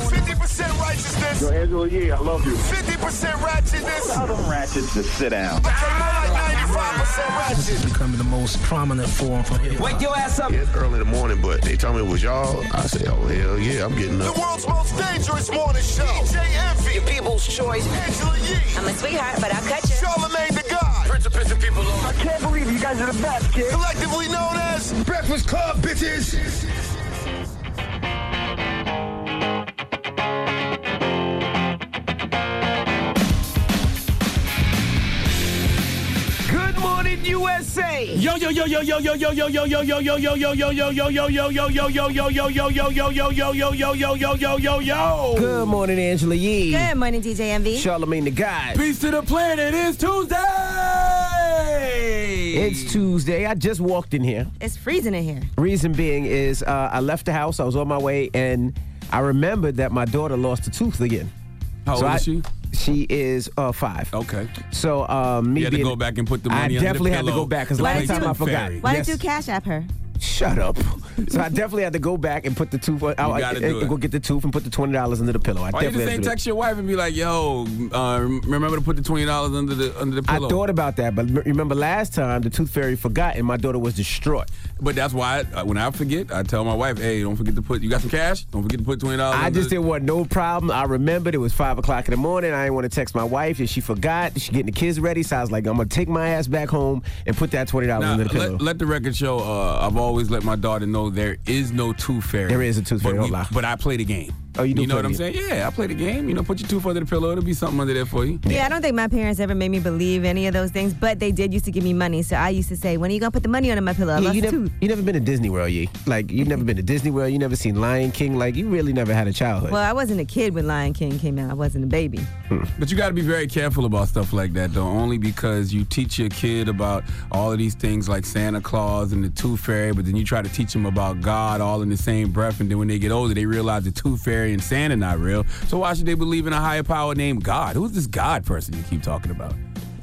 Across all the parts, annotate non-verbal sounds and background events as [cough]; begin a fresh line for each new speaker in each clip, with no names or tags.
50% righteousness.
Yo, Angela Yee, I love you.
50% ratchetness.
Tell them ratchets to sit down.
Okay, more like 95% ratchet.
becoming the most prominent form for hip hop.
Wake your ass up.
It's early in the morning, but they told me it was y'all. I said, oh, hell yeah, I'm getting
The
up.
world's most dangerous morning show. DJ Envy,
People's choice.
Angela Yee,
I'm a sweetheart, but I'll cut you.
Charlemagne the God. Principles and people
I can't believe you guys are the best, kid.
collectively known as
Breakfast Club, bitches!
Good morning, USA.
Yo yo yo yo yo yo yo yo yo yo yo yo yo yo yo yo yo yo yo yo yo yo yo yo yo yo yo yo yo yo yo yo yo yo yo yo.
Good morning, Angela Yee.
Good morning, DJ MV.
Charlemagne the God.
Peace to the planet. It's Tuesday.
It's Tuesday. I just walked in here.
It's freezing in here.
Reason being is uh, I left the house. I was on my way, and I remembered that my daughter lost a tooth again.
How old
I-
is she?
She is uh, five.
Okay.
So um, me
You had to
being-
go back and put the
I
money under the
definitely had to
pillow
go back because
to
last
play
time I
Tooth
forgot.
Fairy.
Why
Yes.
did you cash app her?
Shut up. so I definitely had to go back and put the tooth. I, I,
gotta do
and
it.
go get the tooth and put the twenty dollars under the pillow. I
Why you
definitely
just
had
ain't
to do it.
text your wife and be like, "Yo, uh, remember to put the twenty dollars under the under the
I
pillow."
thought about that, but m- remember last time the tooth fairy forgot and my daughter was distraught.
but that's why I, uh, when I forget, I tell my wife, "Hey, don't forget to put. You got some cash? Don't forget to put twenty dollars."
I just didn't want no problem. I remembered it was five o'clock in the morning. I didn't want to text my wife and she forgot. She getting the kids ready, so I was like, I'm gonna take my ass back home and put that twenty dollars
Now,
under the pillow.
Uh, let, let the record show. Uh, I've always let my daughter know there is no tooth fairy.
There is a tooth fairy,
But,
don't lie.
but I play the game.
Oh, you do
You know
play
what
the
I'm
game.
saying? Yeah, I play the game. You know, put your tooth under the pillow. It'll be something under there for you.
Yeah, I don't think my parents ever made me believe any of those things, but they did used to give me money. So I used to say, When are you gonna put the money under my pillow? I
yeah,
lost
you
a
never,
tooth.
you never been to Disney World, ye. Like you never been to Disney World. You never seen Lion King. Like you really never had a childhood.
Well, I wasn't a kid when Lion King came out. I wasn't a baby.
But you got to be very careful about stuff like that, though, only because you teach your kid about all of these things like Santa Claus and the Tooth Fairy, but then you try to teach them about God all in the same breath, and then when they get older, they realize the Tooth Fairy and Santa not real. So why should they believe in a higher power named God? Who's this God person you keep talking about?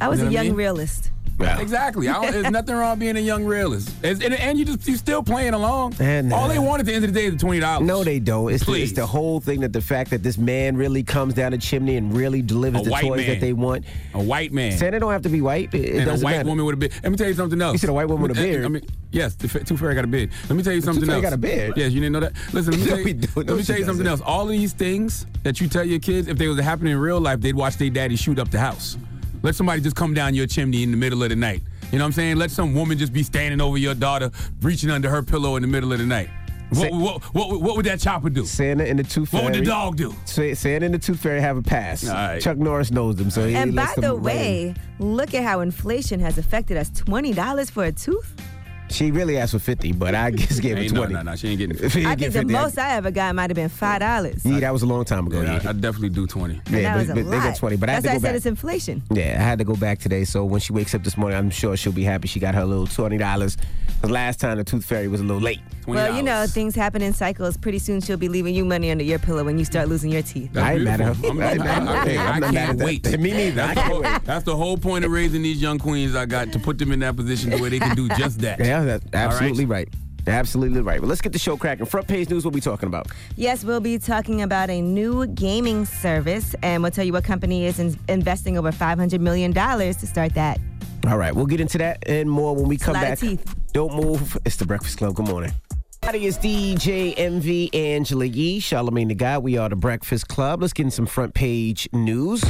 I was
You know
a
what I
young
mean?
realist.
Wow.
Exactly. I
[laughs]
don't, there's nothing wrong with being a young realist, and, and, and you just you still playing along.
And, uh,
all they want at the end of the day is the twenty dollars.
No, they don't. It's the, it's
Please.
the whole thing that the fact that this man really comes down the chimney and really delivers
A
the
white
toys that
man.
they want.
a white man.
Santa don't have to be white. It, it
and a
doesn't
white
matter.
woman with a beard. Let me tell you something else.
You said a white woman with a
Let me-
beard.
I mean, yes, the fa- Tooth Fairy got a beard. Let me tell you something
Fairy
else.
got a beard?
Yes, you didn't know that. Listen, let
[laughs]
me
No,
tell you,
we don't.
let
No,
me
she
tell you something else.
doesn't.
All of these things that you tell your kids, if they was to happen in real life, they'd watch their daddy shoot up the house. Let somebody just come down your chimney in the middle of the night. You know what I'm saying? Let some woman just be standing over your daughter, reaching under her pillow in the middle of the night.
Say-
What, what, what, what would that chopper do?
Santa and the Tooth Fairy.
What would the dog do?
Sa- Santa and the Tooth Fairy have a pass.
All right.
Chuck Norris knows them, so he
And by
lets them
the
right
way, look at how inflation has affected us. Twenty dollars for a tooth?
in. she really asked for fifty, but I [laughs] just gave her
Ain't, no,
twenty.
no, no, she ain't getting
If he
I
didn't get
think the
50, I-
most I ever got might have been five dollars.
yeah, that was a long time ago.
Yeah,
yeah.
I, I definitely do 20.
And
Yeah,
that
but-
was a
but
lot.
they got 20, but I have
That's
to
why
go
I said
back.
it's inflation.
Yeah, I had to go back today. So when she wakes up this morning, I'm sure she'll be happy she got her little twenty dollars. Cause last time the Tooth Fairy was a little late.
Well, you know,
$20.
things happen in cycles. Pretty soon she'll be leaving you money under your pillow when you start losing your teeth.
That's
I ain't mad at her.
beautiful. [laughs]
I ain't mad at her.
okay,
Hey, I'm
I
not mad
can't
at that.
wait.
Me neither. I
That's the,
can't
whole, that's the whole point of raising these young queens. I got to put them in that position to where they can do just that.
Yeah, that's
All right?
absolutely right. Absolutely right. But let's get the show cracking. Front page news. What we talking about?
Yes, we'll be talking about a new gaming service, and we'll tell you what company is in- investing over $500 million to start that.
All right, we'll get into that and more when we come
lot
back.
of teeth.
Don't move. It's the Breakfast Club. Good morning. Howdy, it's DJ MV Angela Yee, Charlemagne the Guy. We are the Breakfast Club. Let's get in some front page news.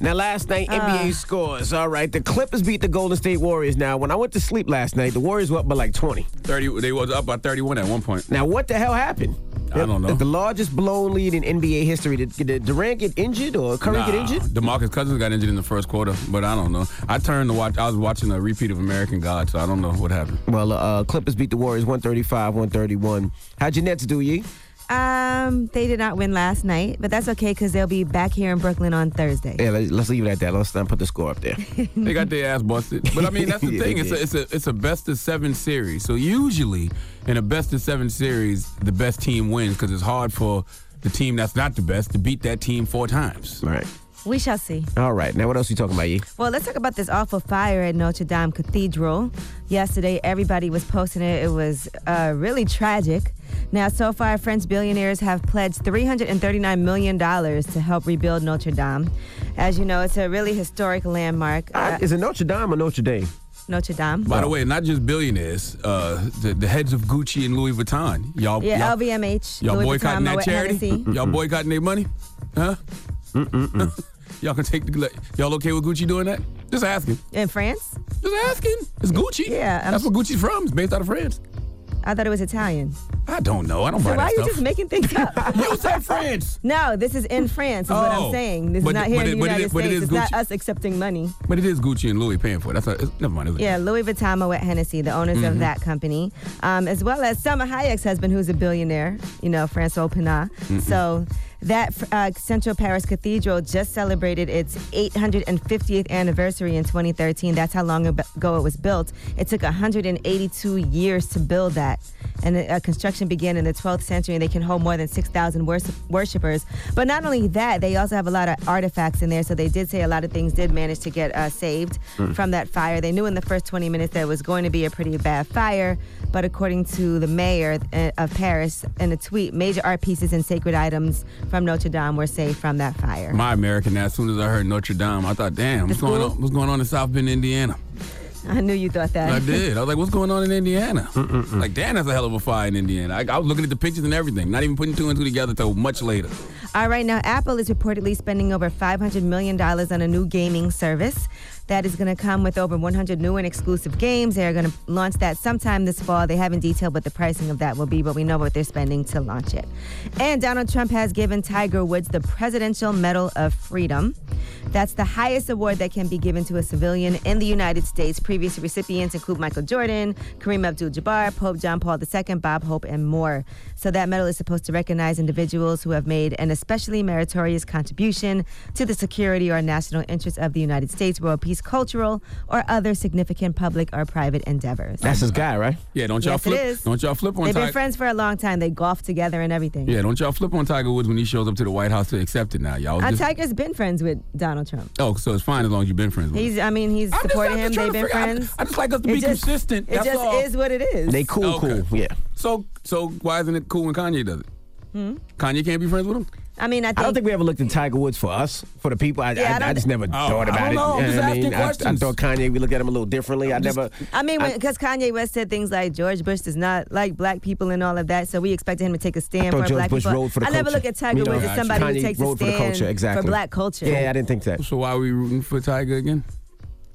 Now, last night, NBA scores. All right, the Clippers beat the Golden State Warriors. Now, when I went to sleep last night, the Warriors were up by like 20.
30, they was up by 31 at one point.
Now, what the hell happened?
I don't know.
The largest blown lead in NBA history. Did, did Durant get injured or Curry get
Nah,
injured?
DeMarcus Cousins got injured in the first quarter, but I don't know. I turned to watch. I was watching a repeat of American God, so I don't know what happened.
Well, uh, Clippers beat the Warriors 135, 131. How'd your Nets do, Yee?
Um, they did not win last night, but that's okay because they'll be back here in Brooklyn on Thursday.
Yeah, let's, let's leave it at that. Let's not put the score
[laughs]
up there.
They got their ass busted. But I mean, that's the
[laughs] Yeah, they
thing. It's a,
did.
it's a it's a best of seven series. So usually in a best of seven series, the best team wins because it's hard for the team that's not the best to beat that team four times.
All right.
We shall see.
All right. Now, what else you talking about, Yee?
Well, let's talk about this awful fire at Notre Dame Cathedral. Yesterday, everybody was posting it. It was uh, really tragic. Now, so far, French billionaires have pledged $339 million to help rebuild Notre Dame. As you know, it's a really historic landmark. Uh,
Is it Notre Dame or Notre Dame?
Notre Dame.
By the way, not just billionaires, uh, the, the heads of Gucci and Louis Vuitton. Y'all,
Yeah,
y'all,
LVMH.
y'all
Louis
boycotting
Vuitton,
that
Moet
charity?
Hennessy.
Y'all boycotting their money? Huh? [laughs] y'all can take the. Y'all okay with Gucci doing that? Just asking.
In France?
Just asking. It's Gucci.
Yeah, I'm-
That's where Gucci's from. It's based out of France.
I thought it was Italian.
I don't know. I don't
So
buy
why are
that
you
stuff.
just making things up?
[laughs] you said France.
No, this is in France, is what I'm
Oh.
saying. This
But-
is not here in
but it-
the
but it-
United
but it
States.
is
it's not
Gucci.
us accepting money.
But it is Gucci and Louis paying for it. That's not, it's, never mind. It was-
Yeah, Louis Vuitton, Moet Hennessy, the owners of that company, um, as well as Selma Hayek's husband, who's a billionaire, you know, Francois Pinat. So that uh, Central Paris Cathedral just celebrated its 850th anniversary in 2013. That's how long ago it was built. It took 182 years to build that. And uh, construction began in the 12th century, and they can hold more than 6,000 worship- worshipers. But not only that, they also have a lot of artifacts in there. So they did say a lot of things did manage to get uh, saved from that fire. They knew in the first 20 minutes that it was going to be a pretty bad fire. But according to the mayor uh, of Paris in a tweet, major art pieces and sacred items from Notre Dame were saved from that fire. [laughs]
My American, as soon as I heard Notre Dame, I thought, damn, what's going
school?
on? What's going on in South Bend, Indiana?
I knew you thought that.
I did. I was like, what's going on in Indiana? Like, Dan has a hell of a fire in Indiana. I, I was looking at the pictures and everything, not even putting two and two together until much later.
All right, now Apple is reportedly spending over $500 million on a new gaming service that is going to come with over 100 new and exclusive games. They're going to launch that sometime this fall. They haven't detailed what the pricing of that will be, but we know what they're spending to launch it. And Donald Trump has given Tiger Woods the Presidential Medal of Freedom. That's the highest award that can be given to a civilian in the United States. Previous recipients include Michael Jordan, Kareem Abdul Jabbar, Pope John Paul II, Bob Hope, and more. So that medal is supposed to recognize individuals who have made an especially meritorious contribution to the security or national interests of the United States, world peace, cultural, or other significant public or private endeavors.
That's his guy, right?
Yeah, don't y'all
Yes, it
flip.
is.
Don't y'all flip on
They've been
Ti-
friends for a long time. They golf together and everything.
Yeah, don't y'all flip on Tiger Woods when he shows up to the White House to accept it now, y'all.
Uh,
Just-
Tiger's been friends with Donald Trump.
oh, so it's fine as long as you've been friends with him.
He's, I mean, he's
I'm just-
supported
I'm just
him.
trying
They've been
to figure out-
friends.
I just like us to
It
be
just-
consistent.
It
That's
just
all.
is what it is.
They cool,
Okay.
cool. Yeah.
So, so why isn't it cool when Kanye does it? Kanye can't be friends with him.
I mean, Hmm? I think,
I don't think we ever looked at Tiger Woods for us, for the people. I,
Yeah, I
I, I,
don't-
just never thought
Oh, I
about it.
don't know. I'm
You know
just
what I mean?
asking
I, I
questions.
thought Kanye, we look at him a little differently. I never.
I mean, because Kanye West said things like George Bush does not like black people and all of that, so we expected him to take a stand
thought
for
George
black
Bush
people.
rode for the
I never
culture.
look at Tiger
You know,
Woods as
gotcha.
somebody who
Kanye
takes a
rode for the
stand
culture, exactly.
for black culture.
Yeah, I didn't think that.
So why are we rooting for Tiger again?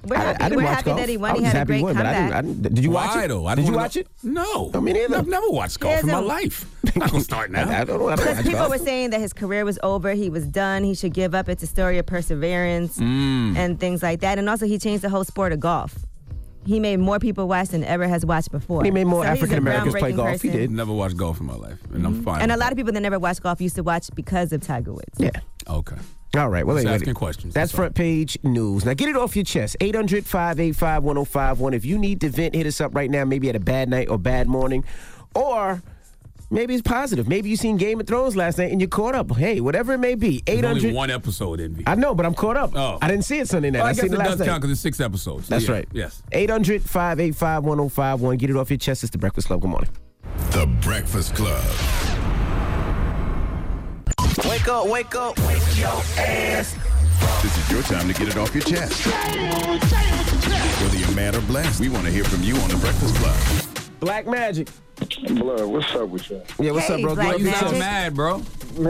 we're
I,
happy,
I didn't
we're
watch
happy
golf.
that he
I
won.
was
He had a
happy
great
he won, but I
comeback.
didn't, I didn't. Did you watch
Why
it?
though? I
Did
don't
you
wanna
watch
know-
it?
No.
I mean, either.
I've never watched golf in my
Isn't-
life. I'm not gonna start
[laughs]
now.
I, I don't know. I don't
Because
watch
people
golf.
were saying that his career was over, he was done, he should give up. It's a story of perseverance
Mm.
and things like that. And also, he changed the whole sport of golf. He made more people watch than ever has watched before.
He made more
So he's a
African Americans play
groundbreaking
golf. He
person. Mm-hmm.
did.
Never watched golf in my life, and I'm fine.
And a
with
lot of people that never watched golf used to watch because of Tiger Woods.
Yeah.
that. Okay.
All right. Well,
Just
anyway,
asking questions,
That's
that's all.
front page news. Now get it off your chest. 800 585 1051. If you need to vent, hit us up right now. Maybe at a bad night or bad morning. Or maybe it's positive. Maybe you seen Game of Thrones last night and you caught up. Hey, whatever it may be.
There's only
800.
one episode in.
I know, but I'm caught up.
Oh.
I didn't see it Sunday night.
Well, I,
I,
guess
seen
it
it last
does
night.
count because it's six episodes.
That's
Yeah,
right.
Yes.
800 585 1051. Get it off your chest. It's the Breakfast Club. Good morning.
The Breakfast Club.
Wake up, wake up.
This is your time to get it off your chest. Whether you're mad or blessed, we want to hear from you on The Breakfast Club.
Black Magic.
Blood, what's up with y'all?
Yeah, what's
Hey,
up, bro?
Black
Good
You
to see
sound
Magic.
mad, bro.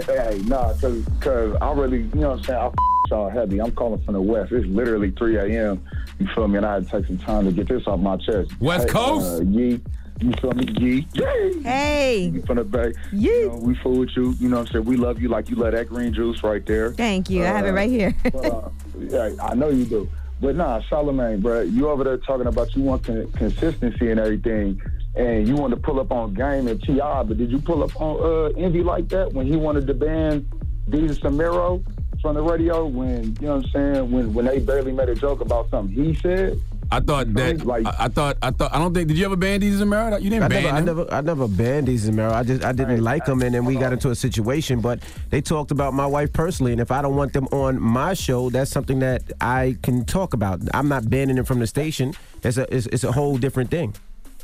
Hey, nah, cause, cause I really, you know what I'm saying? I f- y'all heavy. I'm calling from the West. It's literally 3 a.m. You feel me? And I had to take some time to get this off my chest.
West
Hey,
Coast?
Uh, yee. You feel me? Yee. Yee.
Hey.
We from the Bay.
Yee.
You know, we fool with you. You know what I'm saying? We love you like you love that green juice right there.
Thank you. I have it
Uh,
right here. [laughs]
But, uh, yeah, I know you do. But nah, Charlemagne, bro, you over there talking about you want con- consistency and everything, and you want to pull up on Game and Ti. But did you pull up on uh, Envy like that when he wanted to ban Deja Samiro from the radio? When you know what I'm saying? When when they barely made a joke about something he said.
I thought that. I, I thought. I thought. I don't think. Did you ever ban these in Merrill? You didn't
I
ban
never, I
them.
never, I never banned these in Merrill. I just, I didn't like them, and then we got into a situation. But they talked about my wife personally, and if I don't want them on my show, that's something that I can talk about. I'm not banning them from the station. That's a, it's, it's a whole different thing.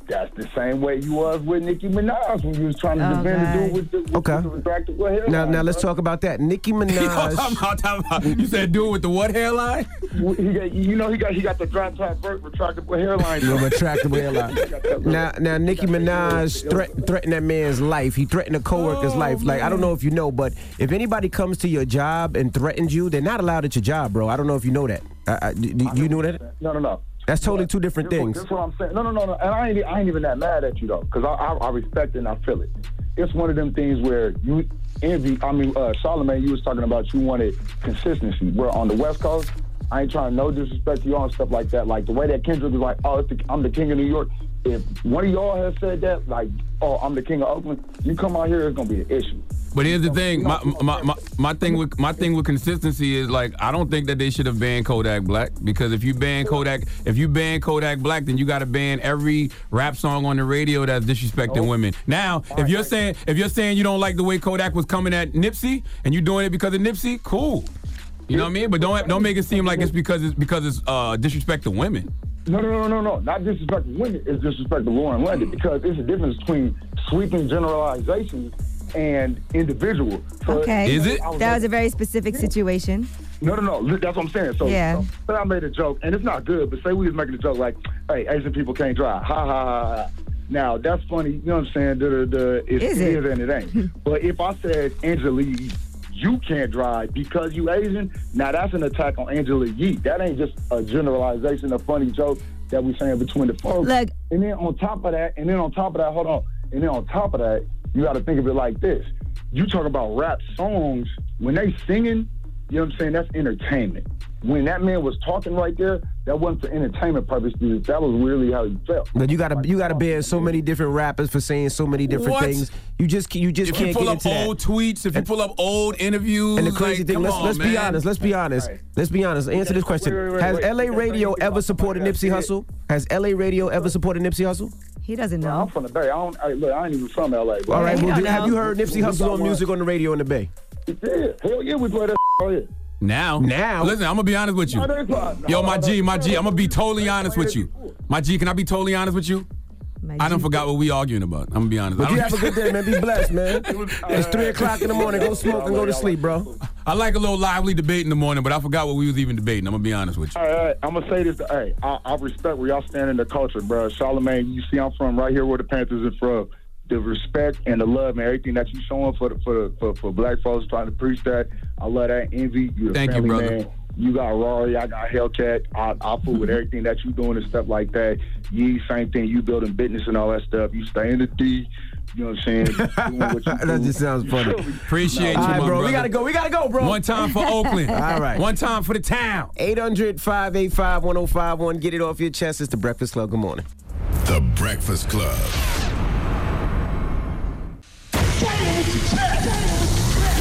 That's the same way you was with Nicki Minaj when you was trying to defend the dude with the, with
Oh, Okay.
the retractable hairline.
Now, now
bro.
let's talk about that. Nicki
[laughs]
Minaj.
You said do it with the what hairline?
He got, you know, he got he got the drop top vert retractable hairline.
You're a retractable
[laughs]
[laughs]
[laughs]
hairline. Now, now Nicki Minaj threat, threatened that man's life. He threatened a
Oh,
coworker's life. Like I don't know if you know, but if anybody comes to your job and threatens you, they're not allowed at your job, bro. I don't know if you know that. I, I, d- d- you knew that?
No, no, no.
That's totally two different
That's what-
things.
That's what I'm saying. No, no, no, no. And I ain't, I ain't even that mad at you though, because I, I, I respect it and I feel it. It's one of them things where you envy. I mean, uh, Charlamagne, you was talking about you wanted consistency. Where on the West Coast, I ain't trying no disrespect to y'all and stuff like that. Like the way that Kendrick was like, "Oh, it's the, I'm the king of New York." If one of y'all has said that, like, "Oh, I'm the king of Oakland," you come out here, it's gonna be an issue.
But here's the thing, my, my, my, my thing with my thing with consistency is like I don't think that they should have banned Kodak Black because if you ban Kodak if you ban Kodak Black then you got to ban every rap song on the radio that's disrespecting women. Now if you're saying if you're saying you don't like the way Kodak was coming at Nipsey and you doing it because of Nipsey, cool. You know what I mean? But don't don't make it seem like it's because it's because it's uh, disrespect to women.
No, no, no, no, no. Not disrespect to women. It's disrespect to Lauren
Hmm.
London because it's a difference between sweeping generalizations and individual. So-
Okay.
I
That was a
like,
very specific situation.
no, no, no. That's what I'm saying. So,
Yeah.
so- but I made a joke, and it's not good. But say we was making a joke like, "Hey, Asian people can't drive." Ha ha ha. ha. Now that's funny. You know what I'm saying? Duh, duh, duh. It's,
Is it?
it is and it ain't. but if I said Angela Yee, you can't drive because you Asian, now that's an attack on Angela Yee. That ain't just a generalization, a funny joke that we saying between the folks.
Look.
And then on top of that, and then on top of that, hold on. And then on top of that, you got to think of it like this. You talk about rap songs when they singing. You know what I'm saying? That's entertainment. When that man was talking right there, that wasn't for entertainment purposes. That was really how he felt.
But you gotta you gotta ban so many different rappers for saying so many different
What?
things. You just you just
If you
can't
pull
get
up
into that.
old tweets, if you pull up old interviews,
And the crazy
like,
thing,
come
let's
on,
let's be
man.
honest. Let's be honest. Let's be honest. Answer this question:
Wait, wait, wait,
Has
wait.
LA
Because
Radio
you think
ever
about
supported
somebody
Nipsey
that
Hussle? Has LA Radio ever supported Nipsey Hussle?
He doesn't
I'm
know.
from the Bay. I don't. I, look, I ain't even from LA. Bro.
All right.
we
Well,
don't
do- have
know.
you heard Nipsey
We
Hussle
got
on
one.
music on the radio in the Bay?
Yeah. Hell yeah, we play that out here.
Now,
Now?
listen, I'm gonna be honest with you.
No, that's not-
Yo,
no,
my
no,
G, my
no.
G, I'm gonna be totally honest with you. My G, can I be totally honest with you?
My
I done
G.
forgot what we arguing about. I'm gonna be honest.
But
I,
you
don't-
have a good day, man. Be blessed,
[laughs]
man. It's three
[laughs]
o'clock in the morning. Go
Yeah,
smoke and
yeah,
go to
yeah,
sleep,
yeah.
bro.
I like a little lively debate in the morning, but I forgot what we was even debating. I'm gonna be honest with you.
All right, all right. I'm gonna say this. Hey, I, I respect where y'all stand in the culture, bro. Charlemagne, you see, I'm from right here where the Panthers are from. The respect and the love and everything that you showing for the, for, the, for for black folks trying to preach that. I love that envy. You're a
Thank you,
family
brother. Mm-hmm.
Man. You got Rory, I got Hellcat. I, I fool with everything that you doing and stuff like that. Ye, same thing. You building business and all that stuff. You stay in the D. You know what I'm saying? Doing what
[laughs]
[laughs] you
That
do.
just sounds funny.
Appreciate
All
you,
right,
my
bro.
brother.
We gotta go. We gotta go, bro.
One time for Oakland.
[laughs] All right.
One time for the town.
800-585-1051. Get it off your chest. It's the Breakfast Club. Good morning.
The Breakfast Club.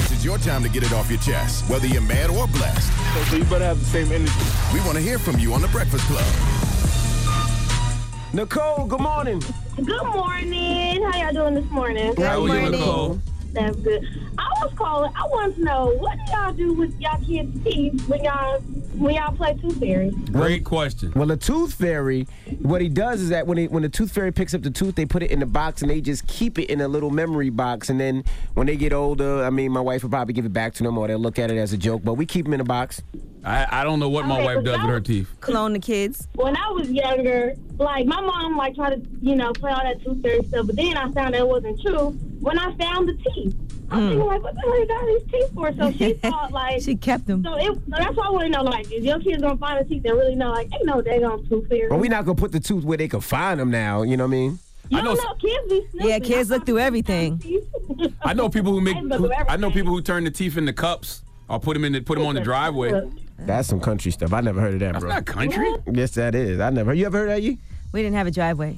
This is your time to get it off your chest, whether you're mad or blessed.
So you better have the same energy.
We want to hear from you on The Breakfast Club.
Nicole, good morning.
Good morning. How y'all doing this morning?
How are you,
morning.
Nicole?
That's good. I was calling. I want to know what do y'all do with y'all kids' teeth when y'all when y'all play Tooth Fairy?
Great question.
Well, the tooth fairy, what he does is that when he, when the tooth fairy picks up the tooth, they put it in the box and they just keep it in a little memory box. And then when they get older, I mean, my wife will probably give it back to them or they'll look at it as a joke. But we keep them in a box.
I, I don't know what my
Okay,
wife
but
does
that
with her
was-
teeth.
Clone the kids.
When I was younger, like my mom like tried to you know play all that Tooth Fairy stuff, but then I found that wasn't true. When I found the teeth, I'm thinking like, what the hell you got these teeth for?
[laughs]
So she thought like.
Mm. She kept them.
so, it, so that's why I want to know, like, is your kids gonna find the teeth and really know, like, ain't no they gonna tooth fairy.
But we're not going to put the tooth where they can find them now. You know what I mean?
you
I
don't
know-
know, Oh, kids be snooping.
Yeah, kids look through everything.
I know people who make.
I look
who-
at
I know
everything.
people who turn the teeth into cups or put them in the, put them on the driveway.
Look.
That's some country stuff. I never heard of that,
That's
bro.
not country.
yes, that is. I never. You ever heard that? You?
We didn't have a driveway.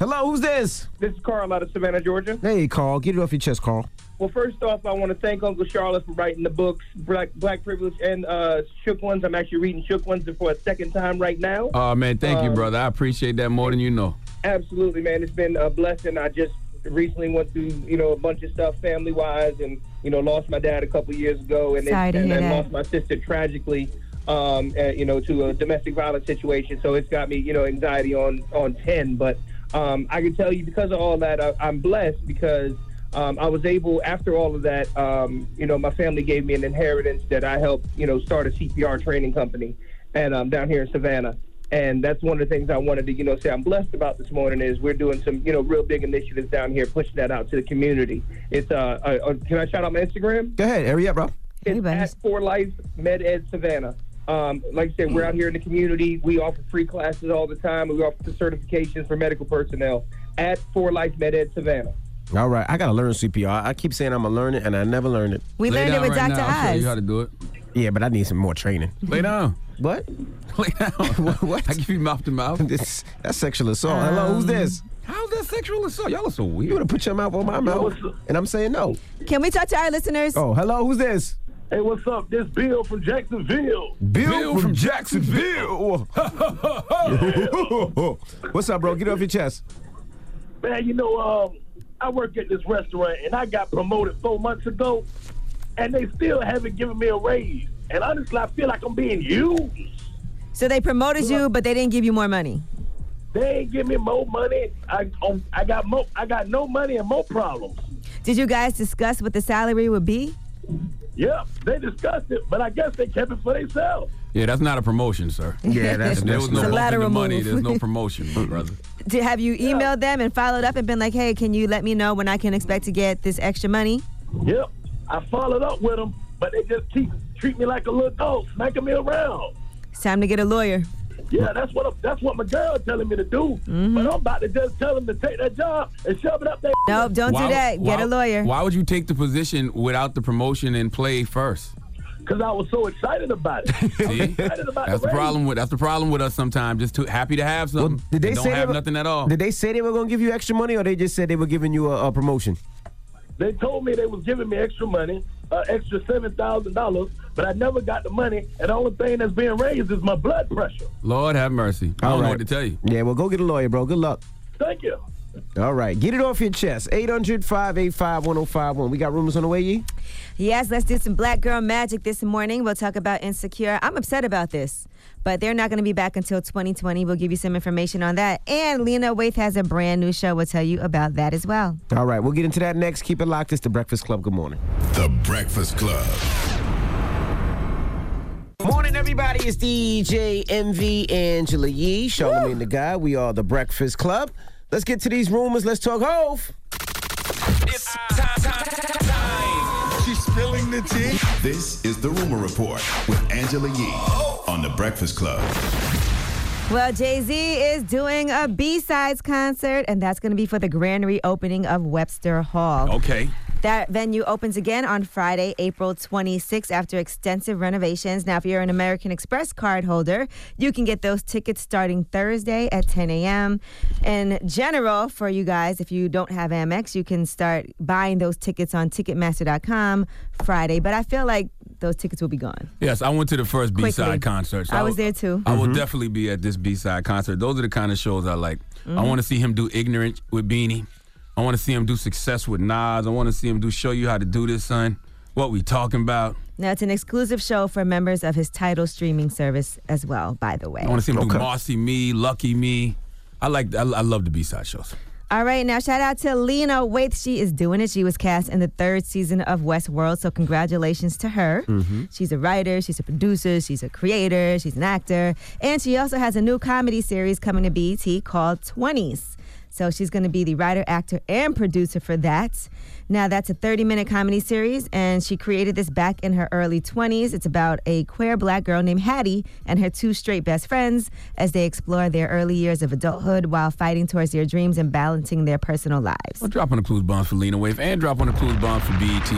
Hello, who's this?
This is Carl out of Savannah, Georgia.
Hey, Carl. Get it off your chest, Carl.
Well, first off, I want to thank Uncle Charlotte for writing the books, Black, Black Privilege and uh, Shook Ones. I'm actually reading Shook Ones for a second time right now.
Oh, man, thank you,
Uh,
Um,
brother. I appreciate that more than you know.
Absolutely, man. It's been a blessing. I just recently went through, you know, a bunch of stuff family wise and, you know, lost my dad a couple years ago and,
Sorry
then,
to hear
and then
that.
lost my sister tragically, um, uh, you know, to a domestic violence situation. So it's got me, you know, anxiety on, on 10. But um, I can tell you because of all that, I, I'm blessed because um, I was able, after all of that, um, you know, my family gave me an inheritance that I helped, you know, start a CPR training company and um, down here in Savannah. And that's one of the things I wanted to, you know, say I'm blessed about this morning is we're doing some, you know, real big initiatives down here, pushing that out to the community. It's uh, uh, uh can I shout out my Instagram?
Go ahead. Hurry up, bro.
It's at For Life Med Ed Savannah. Um, like I said, we're out here in the community. We offer free classes all the time. We offer certifications for medical personnel at For Life Med Ed Savannah.
All right, I gotta learn CPR. I keep saying I'm gonna learn it, and I never learn it.
We Lay learned it down with right Dr. now. I'll show you Oz. how
to do it.
Yeah, but I need some more training.
Lay down.
What?
[laughs] Lay down.
[laughs] what?
I give you mouth to mouth.
[laughs] This, that's sexual assault. Hello, who's
Um,
this?
How's that sexual assault? Y'all are so weird.
You wanna put your mouth on my mouth? And I'm saying no.
Can we talk to our listeners?
Oh, hello, who's this?
Hey, what's up? This Bill from Jacksonville.
Bill, from, Jacksonville. [laughs] What's up, bro? Get it off your chest.
Man, you know, um, I work at this restaurant and I got promoted four months ago, and they still haven't given me a raise. And honestly, I feel like I'm being used.
So they promoted you, but they didn't give you more money.
They ain't give me more money. I um, I got mo I got no money and more problems.
Did you guys discuss what the salary would be?
Yep, they discussed it, but I guess they kept it for themselves.
Yeah, that's not a promotion, sir.
Yeah, that's-
If there
that's not-
was
It's a
no bump in the
lateral
money.
move.
There's no promotion, my brother.
Did, have you emailed them and followed up and been like, hey, can you let me know when I can expect to get this extra money?
Yep, I followed up with them, but they just keep treat me like a little dog, smacking me around.
It's time to get a lawyer.
Yeah, that's what that's what my girl telling me to do.
Mm-hmm.
But I'm about to just tell them to take that job and shove it up there.
Nope, don't
Why-
do that. Get
why-
a lawyer.
Why would you take the position without the promotion and play first?
Because I was so excited about
[laughs]
it.
See? that's the problem with that's the problem with us sometimes. Just too happy to have something.
Did they
and don't
say they
have
were-
nothing at all.
Did they say they were gonna give you extra money, or they just said they were giving you a, a promotion?
They told me they was giving me extra money, uh, extra seven thousand dollars, but I never got the money. And the only thing that's being raised is my blood pressure.
Lord have mercy. I
All
don't know
right.
what to tell you.
Yeah, well, go get a lawyer, bro. Good luck.
Thank you.
All right, get it off your chest. 800 585 1051. We got rumors on the way, ye?
Yes, let's do some black girl magic this morning. We'll talk about Insecure. I'm upset about this, but they're not going to be back until 2020. We'll give you some information on that. And Lena Waith has a brand new show. We'll tell you about that as well.
All right, we'll get into that next. Keep it locked. It's the Breakfast Club. Good morning.
The Breakfast Club.
Morning, everybody. It's DJ MV Angela Yee, Charlamagne the Guy. We are the Breakfast Club. Let's get to these rumors. Let's talk hove.
She's spilling the tea. This is the Rumor Report with Angela Yee on The Breakfast Club.
Well, Jay Z is doing a B sides concert, and that's going to be for the grand reopening of Webster Hall.
Okay.
That venue opens again on Friday, April 26th, after extensive renovations. Now, if you're an American Express card holder, you can get those tickets starting Thursday at 10 a.m. In general, for you guys, if you don't have Amex, you can start buying those tickets on Ticketmaster.com Friday. But I feel like those tickets will be gone.
Yes, I went to the first B
Quickly.
side concert.
I was there too.
I will
Mm-hmm.
definitely be at this B side concert. Those are the kind of shows I like. I
Mhm.
want to see him do Ignorant with Beanie. I want to see him do Success with Nas. I want to see him do Show You How to Do This, Son. What we talking about?
Now, it's an exclusive show for members of his title streaming service as well, by the way.
I want to see him do Mossy Me, Lucky Me. I like. I, I love the B side shows.
All right, now shout out to Lena Waithe. She is doing it. She was cast in the third season of Westworld, so congratulations to her.
Mm-hmm.
Mhm.
She's a writer, she's a producer, she's a creator, she's an actor, and she also has a new comedy series coming to BET called 20s. So she's going to be the writer, actor, and producer for that. Now, that's a 30 minute comedy series, and she created this back in her early 20s. It's about a queer black girl named Hattie and her two straight best friends as they explore their early years of adulthood while fighting towards their dreams and balancing their personal lives.
Well, drop on the clues bombs for Lena Wave and drop on the clues bombs for BET.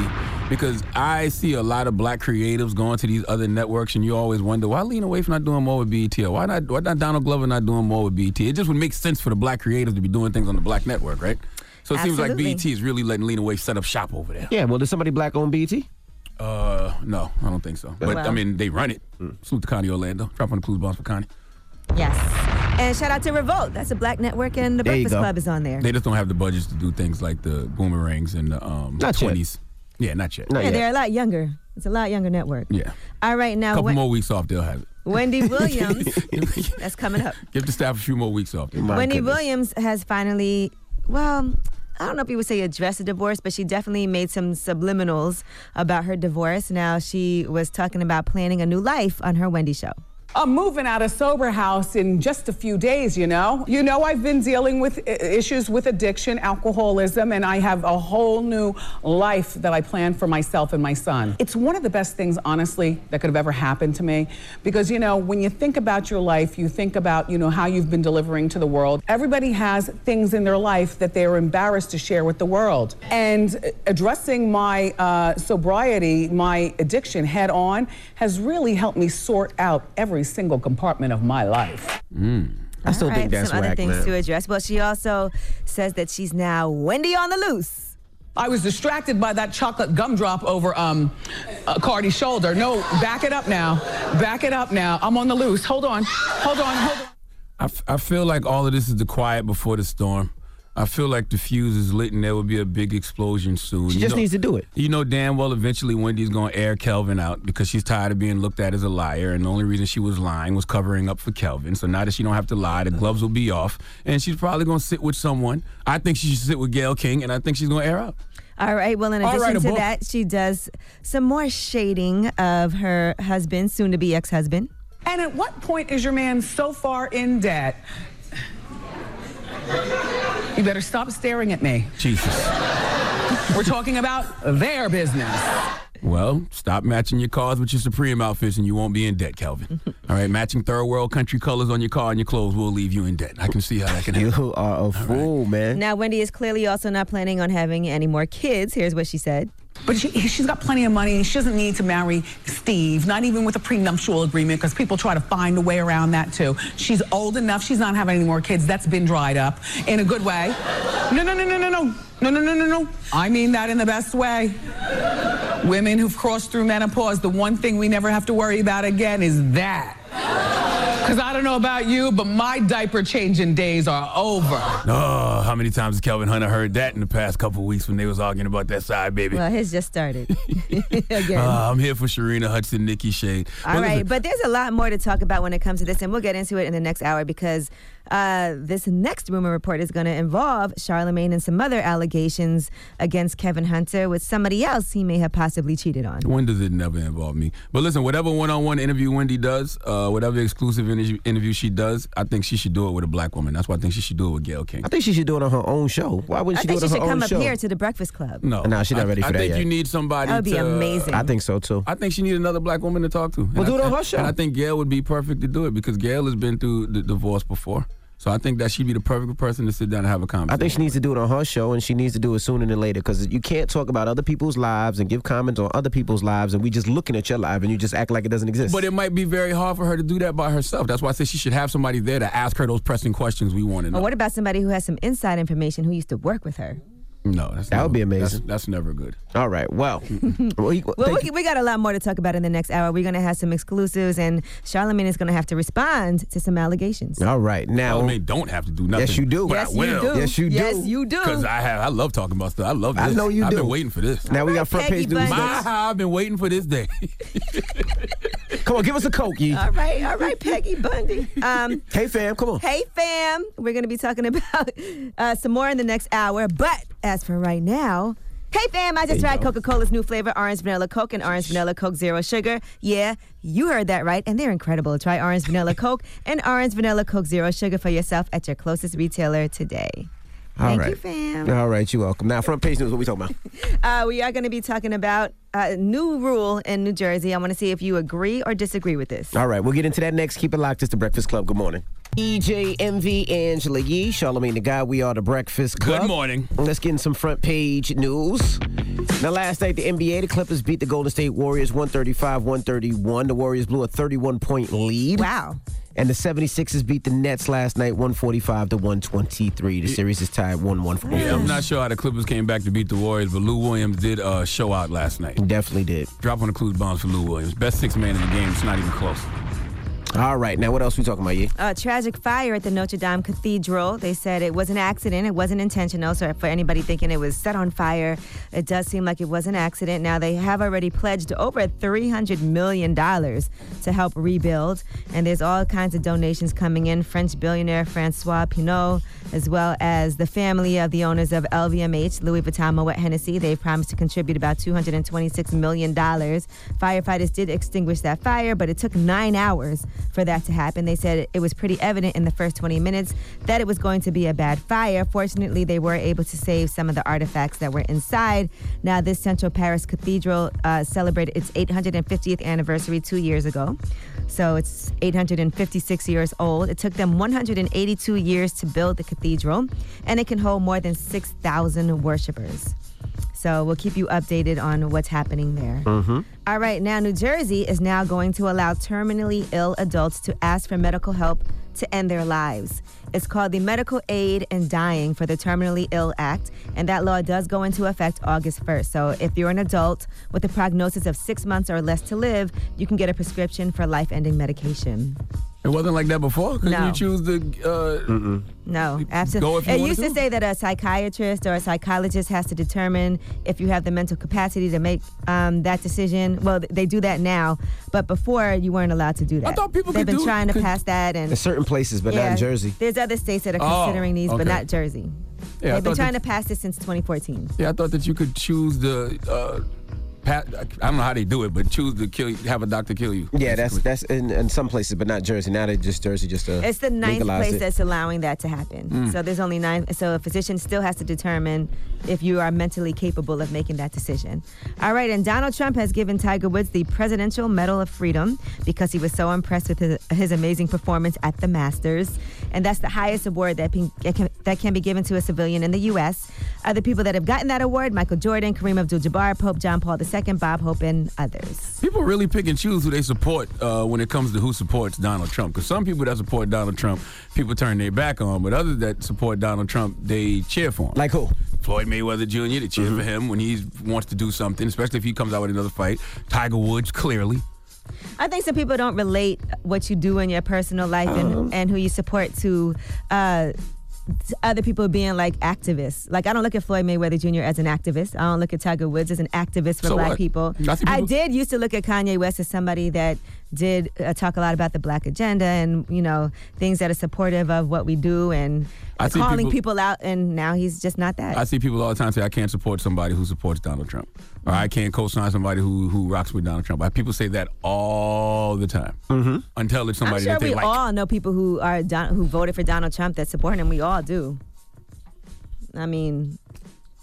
because I see a lot of black creatives going to these other networks, and you always wonder why Lena Waithe not doing more with BET, or why not why not Donald Glover not doing more with BET. It just would make sense for the black creatives to be doing things on the black network, right? So it seems like
Absolutely.
BET is really letting Lena Waithe set up shop over there.
Yeah, well, there's somebody black on BT?
Uh, no, I don't think so. But I
Well.
mean, they run it. Salute to Connie Orlando. Drop on the clues bombs for Connie.
Yes. And shout out to Revolt. That's a black network, and the
There you
Breakfast
go.
Club is on there.
They just don't have the budgets to do things like the boomerangs and the um
Not yet.
twenties. Yeah, not yet.
yeah, they're a lot younger. It's a lot younger network.
Yeah.
All right, now
couple
Wen-
more weeks off, they'll have it.
Wendy Williams. that's coming up.
Give the staff a few more weeks
[laughs]
off.
Wendy Williams has finally, well, I don't know if you would say addressed the divorce, but she definitely made some subliminals about her divorce. Now she was talking about planning a new life on her Wendy show.
I'm moving out of sober house in just a few days, you know. You know, I've been dealing with i- issues with addiction, alcoholism, and I have a whole new life that I plan for myself and my son. It's one of the best things, honestly, that could have ever happened to me. Because, you know, when you think about your life, you think about, you know, how you've been delivering to the world. Everybody has things in their life that they're embarrassed to share with the world. And uh, addressing my uh, sobriety, my addiction head on, has really helped me sort out every single compartment of my life.
I still
All right,
think that's
some other
whack,
things
man.
to address. Well, she also says that she's now Wendy on the loose.
I was distracted by that chocolate gumdrop over um, uh, Cardi's shoulder. No, back it up now. Back it up now. I'm on the loose. Hold on. Hold on. Hold on.
I, f- I feel like all of this is the quiet before the storm. I feel like the fuse is lit and there will be a big explosion soon.
She just needs to do it.
You know damn well eventually Wendy's going to air Kelvin out because she's tired of being looked at as a liar. And the only reason she was lying was covering up for Kelvin. So now that she don't have to lie, the gloves will be off. And she's probably going to sit with someone. I think she should sit with Gail King and I think she's going to air out.
All right. Well, in
All
addition
right,
to
Abu.
that, she does some more shading of her husband, soon to be ex husband.
And at what point is your man so far in debt? You better stop staring at me.
Jesus.
We're talking about their business.
Well, stop matching your cars with your Supreme outfits and you won't be in
[laughs]
debt, Calvin. All right, matching third world country colors on your car and your clothes will leave you in debt. I can see how that can happen.
[laughs] You are a fool, man.
Now, Wendy is clearly also not planning on having any more kids. Here's what she said.
But she, she's got plenty of money. She doesn't need to marry Steve, not even with a prenuptial agreement, because people try to find a way around that too. She's old enough. She's not having any more kids. That's been dried up in a good way. No, no, no, no, no, no. No, no, no, no, no. I mean that in the best way. Women who've crossed through menopause, the one thing we never have to worry about again is that. Because I don't know about you, but my diaper changing days are over.
Oh, how many times has Kelvin Hunter heard that in the past couple weeks when they was arguing about that side baby?
Well, his just
[laughs]
started. [laughs] Again.
Uh,
Ah, I'm here for Sharina Hudson, Nikki Shade.
All right, but there's a lot more to talk about when it comes to this, and we'll get into it in the next hour because uh, this next rumor report is going to involve Charlemagne and some other allegations against Kevin Hunter with somebody else he may have possibly cheated on.
When does it never involve me? But listen, whatever one-on-one interview Wendy does, uh, whatever exclusive inter- interview she does, I think she should do it with a black woman. That's why I think she should do it with Gail King.
I think she should do it on her own show. Why
I
wouldn't she
think
do
she
it on
should
her own
come up
show?
here to the Breakfast Club.
No, no, she's not
I-
ready for
I
that
think
yet.
you need somebody.
That would be
to-
amazing.
I think so too.
uh, I think she needs another black woman to talk to.
Well,
And
do it
I-
on her
and-
show.
And I think Gail would be perfect to do it because Gail has been through the divorce before. So I think that she'd be the perfect person to sit down and have a
I
conversation.
think she needs to do it on her show, and she needs to do it sooner than later because you can't talk about other people's lives and give comments on other people's lives, and we just looking at your life and you just act like it doesn't exist.
But it might be very hard for her to do that by herself. That's why I say she should have somebody there to ask her those pressing questions we want to know.
Or what about somebody who has some inside information who used to work with her?
No, that's
Oh. that would be
never-
amazing.
That's, that's never good.
All right, well, well, he-
[laughs] Well,
thank
we, we got a lot more to talk about in the next hour. We're going to have some exclusives, and Charlemagne is going to have to respond to some allegations.
All right, now
Charlamagne Oh, don't have to do nothing.
Yes, you do.
But
Yes,
I
you
will.
do. Yes, you do. Yes, you do.
Because I have. I love talking about stuff. I love this.
I know you
I've
do.
been waiting for this.
Now we got front
Peggy
page news.
Bundy. My, how I've been waiting for this day.
Come on, give us a coke, ye.
All right, all right, Peggy Bundy.
[laughs]
Um,
Hey fam, come on.
Hey, fam. We're going to be talking [laughs] about uh, some more in the next hour. But as for right now, hey, fam, I just tried Coca Cola's new flavor, Orange Vanilla Coke, and Orange Vanilla Coke Zero Sugar. Yeah, you heard that right. And they're incredible. Try Orange Vanilla Coke and Orange Vanilla Coke Zero Sugar for yourself at your closest retailer today.
All
Thank
right.
you, fam.
All right, you're welcome. Now, front page news, what we talking about?
Uh, we are going to be talking about a new rule in New Jersey. I want to see if you agree or disagree with this.
All right, we'll get into that next. Keep it locked. It's the Breakfast Club. Good morning. EJ MV Angela Yee, Charlemagne the Guy, we are the Breakfast Club. Good morning. Let's get in some front page news. Now, last night, the NBA, the Clippers beat the Golden State Warriors 135 131. The Warriors blew a 31 point lead.
Wow.
And the 76ers beat the Nets last night 145 to 123. The series is tied 1 1 for both
Yeah, I'm not sure how the Clippers came back to beat the Warriors, but Lou Williams did uh, show out last night.
Definitely did.
Drop on the clues bombs for Lou Williams. Best six man in the game. It's not even close.
All right, now what else we talking about, Yee?
A tragic fire at the Notre Dame Cathedral. They said it was an accident. It wasn't intentional. So for anybody thinking it was set on fire, it does seem like it was an accident. Now they have already pledged over three hundred million dollars to help rebuild, and there's all kinds of donations coming in. French billionaire Francois Pinault, as well as the family of the owners of LVMH, Louis Vuitton, Moet Hennessy. They've promised to contribute about two hundred and twenty-six million dollars. Firefighters did extinguish that fire, but it took nine hours for that to happen. They said it was pretty evident in the first 20 minutes that it was going to be a bad fire. Fortunately, they were able to save some of the artifacts that were inside. Now, this Central Paris Cathedral uh, celebrated its 850th anniversary two years ago. So it's 856 years old. It took them 182 years to build the cathedral, and it can hold more than 6,000 worshipers. So we'll keep you updated on what's happening there.
Mm-hmm.
All right, now New Jersey is now going to allow terminally ill adults to ask for medical help to end their lives. It's called the Medical Aid and Dying for the Terminally Ill Act, and that law does go into effect August 1st. So if you're an adult with a prognosis of six months or less to live, you can get a prescription for life ending medication.
It wasn't like that before. Couldn't
No.
you choose the? Uh,
No,
Go
absolutely.
if you
it
wanna
used to
do.
say that a psychiatrist or a psychologist has to determine if you have the mental capacity to make um, that decision. Well, th- they do that now, but before you weren't allowed to do that. I thought people They've
could
been
do-
trying to
could-
pass that and
In certain places, but not
Yeah,
in Jersey.
There's other states that are
Oh,
considering these,
okay.
but not Jersey.
Yeah, I
They've been
thought
trying to pass this since 2014.
yeah, I thought that you could choose the. Uh, pat, I don't know how they do it, but choose to kill. Have a doctor kill you.
Yeah, that's that's in, in some places, but not Jersey. Now they just Jersey just uh,
It's the ninth
legalized
place
it.
that's allowing that to happen.
Mm.
So there's only nine. So a physician still has to determine if you are mentally capable of making that decision. All right, and Donald Trump has given Tiger Woods the Presidential Medal of Freedom because he was so impressed with his, his amazing performance at the Masters, and that's the highest award that can, that can- that can be given to a civilian in the U.S. Other people that have gotten that award: Michael Jordan, Kareem Abdul-Jabbar, Pope John Paul II, Bob Hope, and others.
People really pick and choose who they support uh, when it comes to who supports Donald Trump. Because some people that support Donald Trump, people turn their back on. But others that support Donald Trump, they cheer for him.
Like who?
Floyd Mayweather Jr. They cheer for him when he wants to do something, especially if he comes out with another fight. Tiger Woods, clearly.
I think some people don't relate what you do in your personal life
Um.
and, and who you support to uh, to other people being like activists. Like I don't look at Floyd Mayweather Jr. as an activist. I don't look at Tiger Woods as an activist for
So
black
what?
people.
I see
I
people-
did used to look at Kanye West as somebody that did uh, talk a lot about the black agenda and you know things that are supportive of what we do and
I see
calling
people-
people, out. And now he's just not that.
I see people all the time say, I can't support somebody who supports Donald Trump. Or I can't co sign somebody who, who rocks with Donald Trump. I, people say that all the time mm-hmm. until it's somebody
I'm sure
that they
we
like.
all know people who are Don- who voted for Donald Trump that support him. We all do. I mean,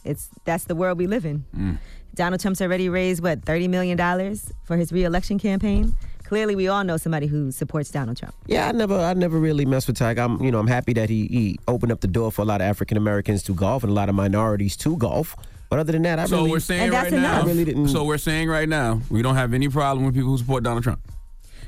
it's that's the world we live in.
Mm.
Donald Trump's already raised what thirty million dollars for his reelection campaign. Clearly, we all know somebody who supports Donald Trump.
Yeah, I never, I never really messed with Tiger. I'm, you know, I'm happy that he, he opened up the door for a lot of African Americans to golf and a lot of minorities to golf. But other than that, I
so
really,
we're saying right now,
I really didn't.
so we're saying right now, we don't have any problem with people who support Donald Trump.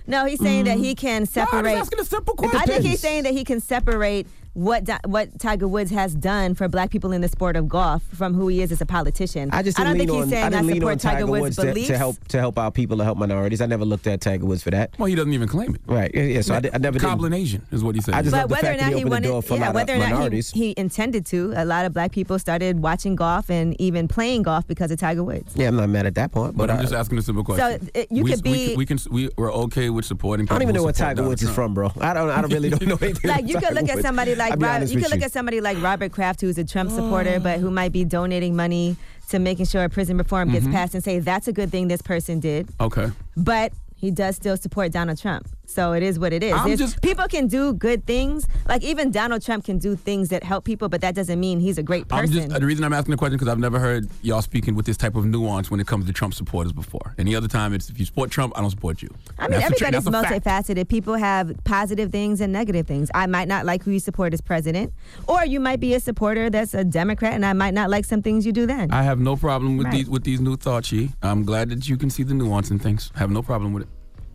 No, he's saying that
Mm.
he can separate. I think he's
depends.
saying that he can separate what Di- what Tiger Woods has done for black people in the sport of golf from who he is as a politician.
I just
I
didn't
don't think
lean
he's
on.
saying
I didn't lean
support
on Tiger, Woods, to,
beliefs.
to help to help our people to help minorities. I never looked at Tiger Woods for that.
Well, he doesn't even claim it.
Right? Yeah. yeah, So I, did, I never.
Cobbling Asian is what he said.
I just
but
love the
whether
fact
or not
that he
he
opened the
wanted,
door for a
yeah,
lot
whether
of
or not he,
minorities.
he intended to, a lot of black people started watching golf and even playing golf because of Tiger
[laughs]
Woods.
yeah, I'm not mad at that point.
But,
But,
I'm
I-
just asking a simple question.
it- you
we,
could
we,
be-
We can. We, we're okay with supporting.
I don't even
people
know
who
where
support
Tiger
Donald
Woods is
Trump.
from, bro. I don't. I don't really don't know anything.
Like you
about
could
Tiger
look at
Woods.
somebody like
I'll be
Rob,
honest
you could
with
look at somebody like Robert Kraft, who's a Trump supporter, but who might be donating money to making sure prison reform
Mm-hmm.
gets
Mhm.
passed, and say that's a good thing this person did,
Okay.
but he does still support Donald Trump. So it is what it is.
I'm
There's-
just-
people can do good things. Like even Donald Trump can do things that help people, but that doesn't mean he's a great
I'm
person.
just the reason I'm asking the question because I've never heard y'all speaking with this type of nuance when it comes to Trump supporters before. Any other time, it's if you support Trump, I don't support you.
I
And
mean,
that's a tr-
everybody's
that's a fact.
multifaceted. People have positive things and negative things. I might not like who you support as president, or you might be a supporter that's a Democrat, and I might not like some things you do then.
I have no problem with
Right.
these with these new thoughts, She. I'm glad that you can see the nuance in things. I have no problem with it.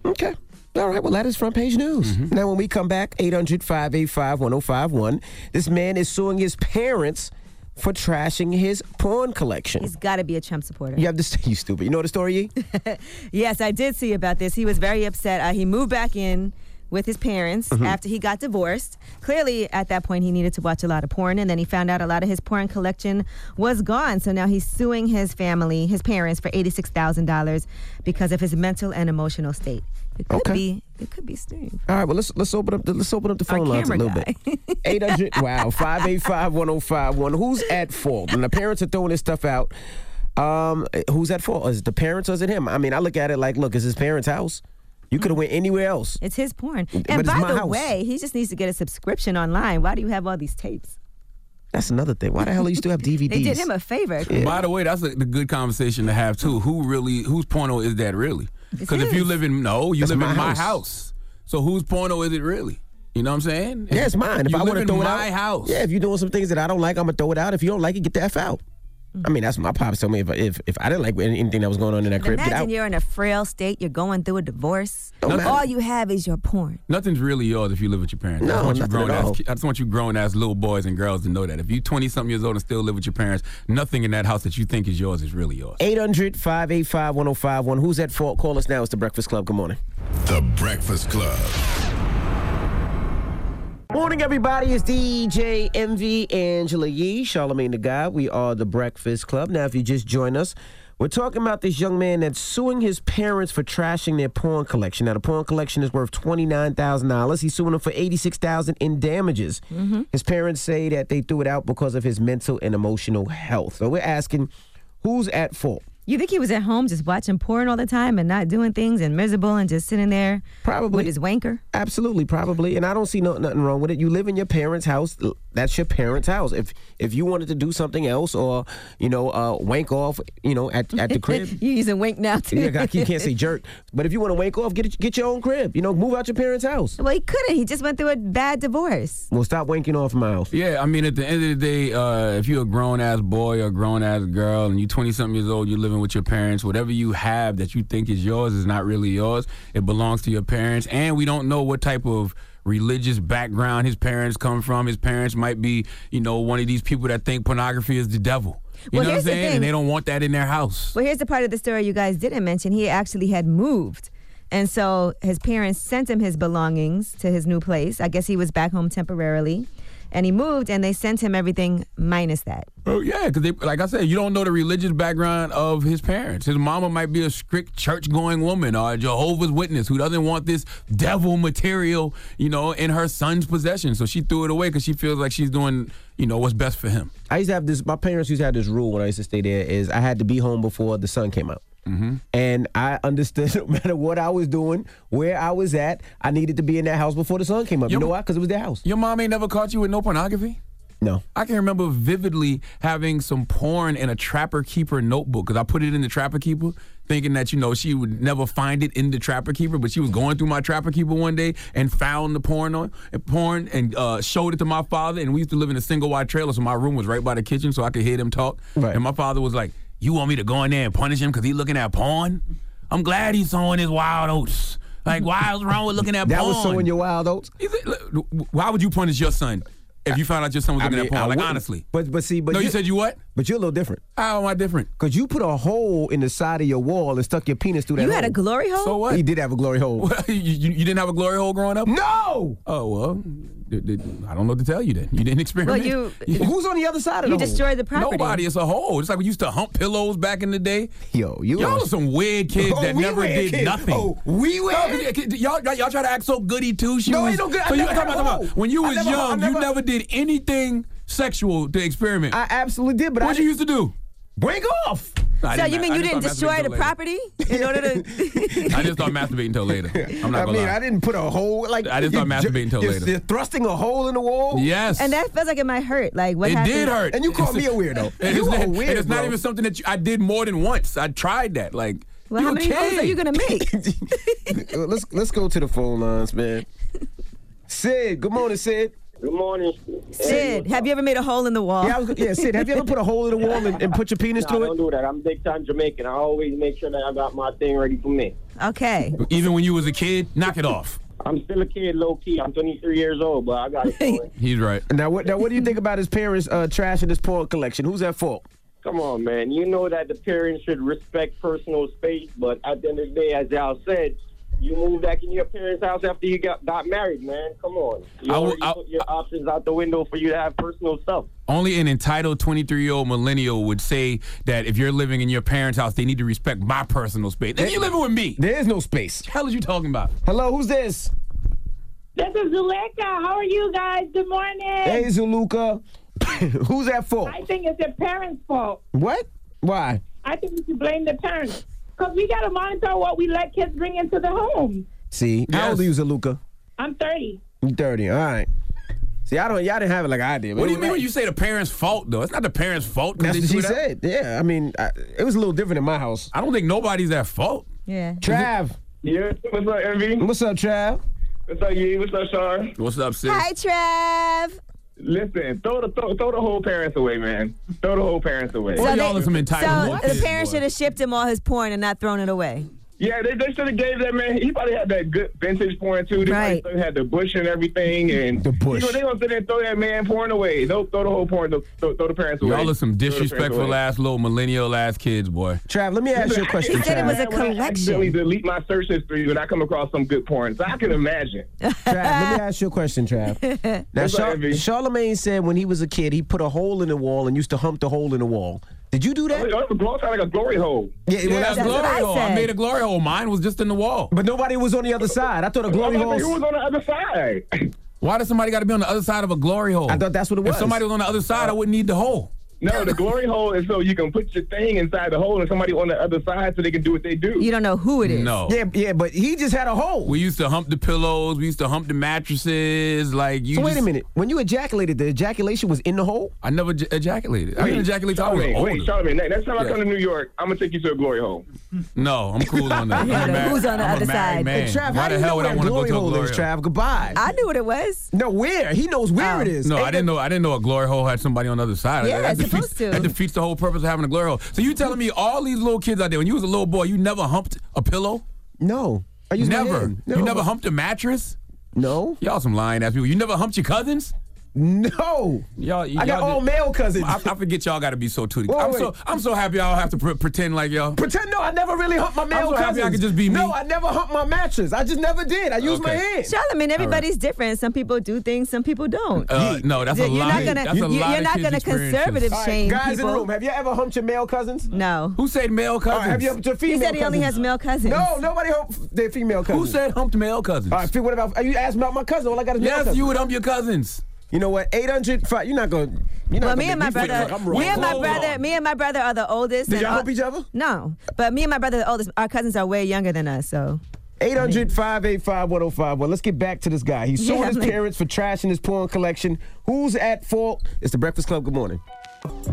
Okay. All right, well, that is front page news. Now, when we come back, 800 585 1051, this man is suing his parents for trashing his porn collection. He's
got to be a Trump supporter.
You have to, [laughs] you stupid. You know the story, Yee?
Yes, I did see about this. He was very upset. Uh, he moved back in with his parents
Mm-hmm.
Mhm.
after he got divorced. Clearly, at that point, he needed to watch a lot of porn, and then he found out a lot of his porn collection was gone. So now he's suing his family, his parents, for eighty-six thousand dollars because of his mental and emotional state. It could be. It could be Steve.
All right, well let's let's open up the let's open up the
Our
phone lines a
camera
little bit.
[laughs]
800 wow, 585-1051. Who's at fault? When the parents are throwing this stuff out, um who's at fault? Is it the parents or is it him? I mean, I look at it like, look, it's his parents' house. You could have went anywhere else.
It's his porn.
But
And
it's
by
my
the
house.
way, he just needs to get a subscription online. Why do you have all these tapes?
That's another thing. Why the hell do you still have DVDs?
They did him a favor.
By the way, that's a the good conversation to have too. Who really whose porno is that really?
It's
Because if you
his.
live in no, you
That's
live
my
in my
house.
house. So whose porno is it really? You know what I'm saying?
Yeah, it's mine. If
you
I
live
want to
in
throw it out,
my house.
Yeah, if you're doing some things that I don't like, I'm gonna throw it out. If you don't like it, get the f out. I mean, that's what my pops told me. If if, if I didn't like anything that was going on in that crib, get out.
Imagine you're in a frail state. You're going through a divorce.
Don't matter.
All you have is your porn.
Nothing's really yours if you live with your parents. I just
No,
want you
nothing at
grown ass,
all.
ki- I just want you grown ass little boys and girls to know that if you 20 something years old and still live with your parents, nothing in that house that you think is yours is really yours.
800 585 1051. Who's at fault? Call us now. It's The Breakfast Club. Good morning.
The Breakfast Club.
Morning, everybody. It's DJ MV Angela Yee, Charlemagne the Guy. We are The Breakfast Club. Now, if you just join us, we're talking about this young man that's suing his parents for trashing their porn collection. Now, the porn collection is worth $29,000. He's suing them for $86,000 in damages. His parents say that they threw it out because of his mental and emotional health. So we're asking, who's at fault?
You think he was at home just watching porn all the time and not doing things and miserable and just sitting there
Probably.
with his wanker?
Absolutely, probably, and I don't see no, nothing wrong with it. You live in your parents' house; l- that's your parents' house. If if you wanted to do something else, or you know, uh, wank off, you know, at,
[laughs]
at the
[laughs]
crib.
you using wink now too.
Yeah, [laughs] you can't say jerk, but if you want to wank off, get get your own crib. You know, move out your parents' house.
[laughs] Well, he couldn't. He just went through a bad divorce.
Well, stop wanking off my house.
Yeah, I mean, at the end of the day, uh, if you're a grown ass boy or a grown ass girl and you're 20 something years old, you're living with your parents, whatever you have that you think is yours is not really yours. It belongs to your parents. And we don't know what type of religious background his parents come from. His parents might be, you know, one of these people that think pornography is the devil. You
Well,
know what I'm
here's the
saying?
thing.
And they don't want that in their house.
Well, here's the part of the story you guys didn't mention. He actually had moved. And so his parents sent him his belongings to his new place. I guess he was back home temporarily. And he moved and they sent him everything minus that.
Oh yeah, because like I said, you don't know the religious background of his parents. His mama might be a strict church-going woman or a Jehovah's Witness who doesn't want this devil material, you know, in her son's possession. So she threw it away because she feels like she's doing, you know, what's best for him.
I used to have this. My parents used to have this rule when I used to stay there: is I had to be home before the sun came out. And I understood [laughs] no matter what I was doing, where I was at, I needed to be in that house before the sun came up. You know why? Because it was their house.
Your mom ain't never caught you with no pornography.
No.
I can remember vividly having some porn in a Trapper Keeper notebook because I put it in the Trapper Keeper, thinking that you know she would never find it in the Trapper Keeper, but she was going through my Trapper Keeper one day and found the porn on and porn and uh, showed it to my father. And we used to live in a single wide trailer, so my room was right by the kitchen, so I could hear them talk. Right. And my father was like, "You want me to go in there and punish him because he's looking at porn? I'm glad he's sowing his wild oats. Like, why is wrong with looking at
That
porn?
was sowing your wild oats.
Why would you punish your son if you found out your son was
I
looking
mean,
at porn?
I
Like
wouldn't.
honestly.
But but see, but
No, you said you what? [laughs]
But you're a little different.
How am I different?
Because you put a hole in the side of your wall and stuck your penis through that.
You had a
glory hole?
So what?
He did have a glory
[laughs]
hole.
you, you, you didn't have a glory hole growing up?
No.
Oh well, th- th- I don't know what to tell you then. You didn't experiment. [laughs]
Well, you-
Who's on the other side of the
You
hole?
destroyed the property.
Nobody. It's a hole. It's like we used to hump pillows back in the day.
Yo, you
all
are-
are some weird kids
[laughs] Oh,
that
we
never
weird
did
kids.
nothing.
Oh, we
No, 'cause y- 'cause y'all, y'all, y'all try to act so goody two shoes.
No, ain't no good. I
So you
never
talking about,
had a
talking
hole.
about when you
I
was
never- I
young,
never-
you never did anything sexual to experiment.
I absolutely did, but
what
I
you used to do?
Break off.
I
so
didn't
you
ma-
mean
I
you
just
didn't
thought
destroy
masturbating
the
till
property in order to?
I just thought masturbating till later. I'm not
I
gonna
mean,
lie.
I didn't put a hole like.
I just
you
thought
ju-
masturbating till
you're-
later.
You're thrusting a hole in
[laughs]
the wall.
[laughs] Yes.
And that feels like it might hurt. Like what
it
happened?
did hurt.
And you call
It's-
me a weirdo.
[laughs] and
You
it's
are
not,
weird,
and it's not
bro.
even something that you, I did more than once. I tried that. Like,
[laughs] Well,
you
how
a
many holes
kid.
are you gonna
[laughs]
make?
Uh, let's let's go to the phone lines, man. Sid, good morning, Sid.
Good morning.
Sid, have you ever made a hole in the wall?
Yeah, I was, yeah, Sid, have you ever put a hole in the wall and, and put your
[laughs]
penis
Nah,
through
don't
it?
do that. I'm big time Jamaican. I always make sure that I got my thing ready for me.
Okay.
Even when you was a kid, knock it off.
I'm still a kid, low key. I'm 23 years old, but I got
[laughs]
it. going.
He's right.
Now what? Now what do you think about his parents uh, trashing his porn collection? Who's at fault?
Come on, man. You know that the parents should respect personal space, but at the end of the day, as y'all said, you moved back in your parents' house after you got, got married, man. Come on. You
I will-
already put your options out the window for you to have personal stuff.
Only an entitled 23 year old millennial would say that if you're living in your parents' house, they need to respect my personal space. Then you living with me.
There is no space.
The hell is you talking about?
Hello, who's this?
This is Zuleika. How are you guys? Good morning.
Hey, Zuluka. [laughs] Who's at fault?
I think it's the parents' fault.
What? Why?
I think we should blame the parents because we got to monitor what we let kids bring into the home.
See, how old are you, Zaluka?
I'm 30.
I'm 30. All right. See, I don't. Y'all didn't have it like I did.
What do you mean when you say the parents' fault, though? It's not the parents' fault. 'cause
That's
they
what she
threw it
said.
out.
Yeah, I mean, I, it was a little different in my house.
I don't think nobody's at fault.
Yeah.
Trav.
Yeah. What's up, MV?
What's up, Trav?
What's up, Yee? What's up, Shar?
What's up, sis?
Hi, Trav.
Listen, throw the throw, throw the whole parents away, man. Throw the whole parents away.
they- so the parents should have shipped him all his porn and not thrown it away.
Yeah, they, they should have gave that man. He probably had that good vintage porn too. They
Right.
probably still had the bush and everything, and the
bush.
You know, they gonna sit there and throw that man porn away. Throw, throw the whole porn. Throw, throw the parents away.
Y'all are some
Throw the parents
disrespectful
away.
ass little millennial ass kids, boy.
Trav, let me
Listen, I can- I can- I accidentally delete my search history when I come across some good porn, so I can imagine.
Trav, let me ask you a
[laughs]
question, Trav. Now,
What's up,
Char- Charlemagne said when he was a kid, he put a hole in the wall and used to hump the hole in the wall. Did you do that?
Oh, it sounds like a glory hole.
Yeah, well, that's,
a glory hole. I made a glory hole. Mine was just in the wall.
But nobody was on the other side. I thought a glory hole.
Who was on the other side?
[laughs] Why does somebody got to be on the other side of a glory hole? I thought
that's what it
If somebody was on the other side, I wouldn't need the hole.
No, the glory hole is so you can put your thing inside the hole and somebody on the other side so they can do what they do.
You don't know who it is.
No.
Yeah, yeah, but he just had a hole.
We used to hump the pillows. We used to hump the mattresses. Like you.
So wait a
just-
minute. When you ejaculated, the ejaculation was in the hole.
I never j- ejaculated. I didn't ejaculate till I was
Charlamagne,
older.
Wait, Charlamagne, ne- next time I
Yeah.
come to New York, I'm going to take you to a glory hole.
No, I'm cool on that. I'm
Yeah,
a married-
who's on the
I'm a
other
married
side?
Man.
Hey, Trav,
Why
how do
the
you
hell
know
would I
where
want to go
glory
to a
hole
glory
is,
hole?
Trav, goodbye.
I knew what it was.
No, where? He knows where it is.
No,
Ain't
I didn't know. I didn't know a glory hole had somebody on the other side.
Yeah,
that
it's
defeats,
supposed to.
That defeats the whole purpose of having a glory hole. So you telling me all these little kids out there, when you was a little boy, you never humped a pillow?
No, I used my
never.
hand. No.
You never humped a mattress?
No.
Y'all some lying ass people. You never humped your cousins?
No.
Y'all,
I got all male cousins.
I, I forget y'all got to be so tooty.
Wait,
I'm
wait.
so I'm so happy I don't have to pre- pretend like y'all.
Pretend no, I never really humped my male
I'm so
cousins.
happy I could just be me.
No, I never humped my mattress. I just never did. I used my
Okay.
hand.
Charlamagne, everybody's different. Some people do things, some people don't.
Uh, no, that's a
you're
lot.
Not gonna,
That's a
you- you're
lot of
not
kids'
gonna
experiences.
conservative
All right,
shame
guys
people.
in the room, have you ever humped your male cousins?
No.
Who said male
All
cousins?
right, have you humped your
He
female?
said he only
cousins?
has male cousins.
No, nobody humped their female cousins.
Who said humped male cousins?
All right, Fee, what about are you asked about my cousin? All I got is male
Yes,
cousins.
you would hump your cousins.
You know what? Eight hundred. You're not going.
well,
You're not gonna
me and my
make feel
brother,
like I'm wrong.
me and my brother, me and my brother are the oldest.
Did
and
y'all
all-
help each other?
No, but me and my brother, are the oldest, our cousins are way younger than us. So
800 585 1051. Let's get back to this guy. He's suing
Yeah,
his
like-
parents for trashing his porn collection. Who's at fault? It's the Breakfast Club. Good morning.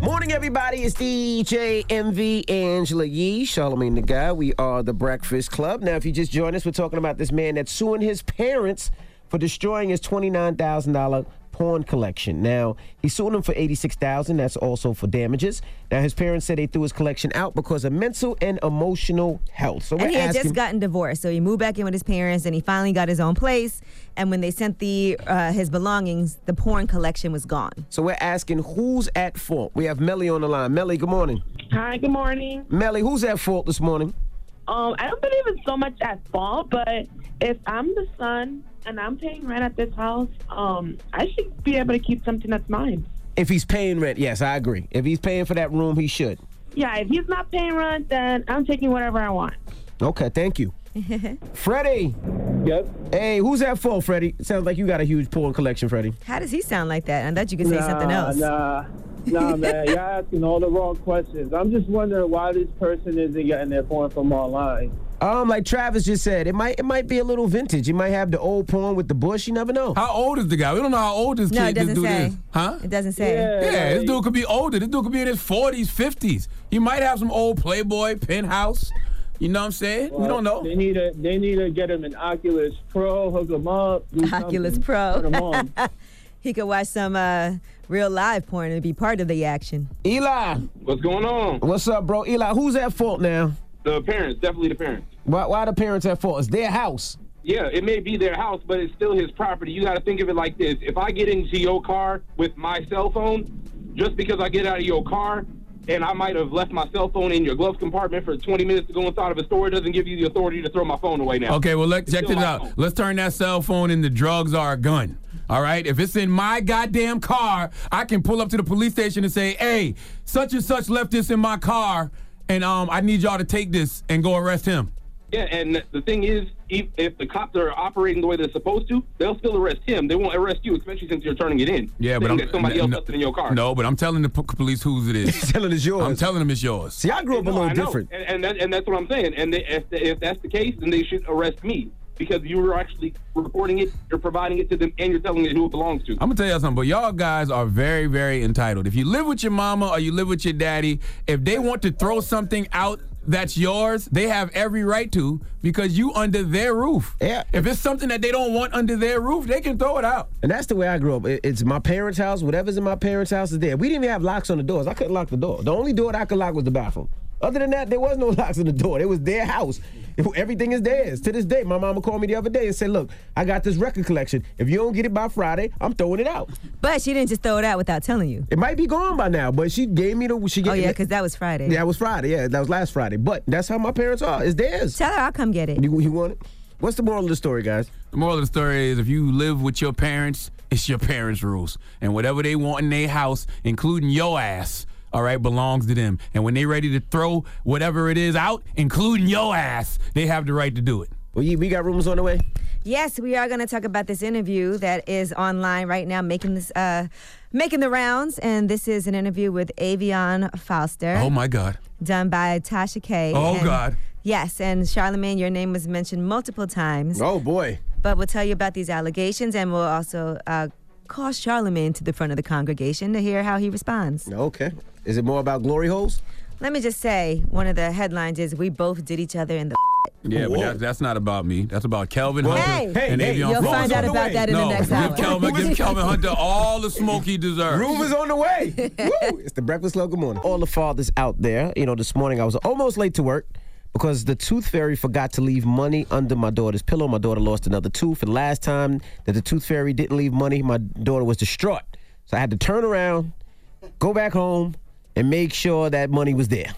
Morning, everybody. It's DJ MV Angela Yee, Charlemagne the Guy. We are the Breakfast Club. Now, if you just joined us, we're talking about this man that's suing his parents for destroying his $29,000 porn collection. Now, he sued them for $86,000. That's also for damages. Now, his parents said they threw his collection out because of mental and emotional health. So we're
and he had
asking,
just gotten divorced, so he moved back in with his parents, and he finally got his own place. And when they sent the uh, his belongings, the porn collection was gone.
So we're asking who's at fault. We have Melly on the line. Melly, good morning.
Hi, good morning.
Melly, who's at fault this morning?
Um, I don't believe it's so much at fault, but if I'm the son and I'm paying rent at this house, um, I should be able to keep something that's mine.
If he's paying rent, yes, I agree. If he's paying for that room, he should.
Yeah, if he's not paying rent, then I'm taking whatever I want.
Okay, thank you. Freddie.
Yep.
Hey, who's at fault, Freddie? Sounds like you got a huge porn collection, Freddie.
How does he sound like that? I thought you could say something else.
Nah.
nah,
[laughs]
man, y'all asking all the wrong questions. I'm just wondering why this person isn't getting their porn from online.
Um, like Travis just said, it might it might be a little vintage. It might have the old porn with the bush. You never know.
How old is the guy? We don't know how old this
No, it
kid this
doesn't
dude
say.
is. Huh?
It doesn't say.
Yeah, this dude could be older. This dude could be in his 40s, 50s. He might have some old Playboy penthouse. You know what I'm saying? we don't know.
They need to they need to get him an Oculus Pro, hook him up. do
[laughs] Oculus
something,
Pro.
Put him on.
[laughs] he could watch some uh, real live porn and be part of the action.
Eli.
What's going on?
What's up, bro? Eli, who's at fault now?
The parents, definitely the parents.
Why, why the parents at fault? It's their house.
Yeah, it may be their house, but it's still his property. You got to think of it like this: if I get into your car with my cell phone, just because I get out of your car and I might have left my cell phone in your glove compartment for 20 minutes to go inside of a store, it doesn't give you the authority to throw my phone away now.
Okay, well, let,
It's
check
still
it
my
out.
phone.
Let's turn that cell phone into drugs or a gun. All right? If it's in my goddamn car, I can pull up to the police station and say, hey, such and such left this in my car, and um, I need y'all to take this and go arrest him.
Yeah, and the thing is, if, if the cops are operating the way they're supposed to, they'll still arrest him. They won't arrest you, especially since you're turning it in.
Yeah, but
Saying
I'm
that somebody
no,
else
no,
left it in your car.
No, but I'm telling the p- police whose it
[laughs]
is.
telling it's yours.
I'm telling them it's yours.
See, I grew up
No, I know. And, and, that, and that's what I'm saying. And they, if, if that's the case, then they should arrest me because you were actually reporting it, you're providing it to them, and you're telling it who it belongs to.
I'm gonna tell y'all something, but y'all guys are very, very entitled. If you live with your mama or you live with your daddy, if they want to throw something out that's yours, they have every right to because you under their roof. Yeah. If it's something that they don't want under their roof, they can throw it out.
And that's the way I grew up. It- It's my parents' house. Whatever's in my parents' house is there. We didn't even have locks on the doors. I couldn't lock the door. The only door that I could lock was the bathroom. Other than that, there was no [laughs] locks on the door. It was their house. Everything is theirs. To this day, my mama called me the other day and said, Look, I got this record collection. If you don't get it by Friday, I'm throwing it out.
But she didn't just throw it out without telling you.
It might be gone by now, but she gave me the. She gave
Oh, yeah, because that was Friday.
Yeah, it was Friday. Yeah, that was last Friday. But that's how my parents are. It's theirs.
Tell her I'll come get it.
You, you want it? What's the moral of the story, guys?
The moral of the story is if you live with your parents, it's your parents' rules. And whatever they want in their house, including your ass, all right, belongs to them. And when they ready to throw whatever it is out, including your ass, they have the right to do it.
Well, yeah, we got rumors on the way.
Yes, we are going to talk about this interview that is online right now, making this, uh, making the rounds, and this is an interview with Avion Foster.
Oh my God.
Done by Tasha K.
Oh,
and-
God.
Yes, and Charlemagne, your name was mentioned multiple times.
Oh boy.
But we'll tell you about these allegations, and we'll also uh, call Charlemagne to the front of the congregation to hear how he responds.
Oh, Okay. Is it more about glory holes?
Let me just say, one of the headlines is we both did each other in the. [laughs]
Yeah, but that's, that's not about me. That's about Kelvin
Hey,
Hunter
hey,
and
hey,
Avion
you'll
Flores.
find out about that in the
No,
next
give
hour. [laughs]
Kelvin, give Kelvin Hunter all the smoke he deserves.
Rumors on the way. [laughs] Woo! It's the Breakfast Club. Good morning. All the fathers out there, you know, this morning I was almost late to work because the tooth fairy forgot to leave money under my daughter's pillow. My daughter lost another tooth. And last time that the tooth fairy didn't leave money, my daughter was distraught. So I had to turn around, go back home, and make sure that money was there.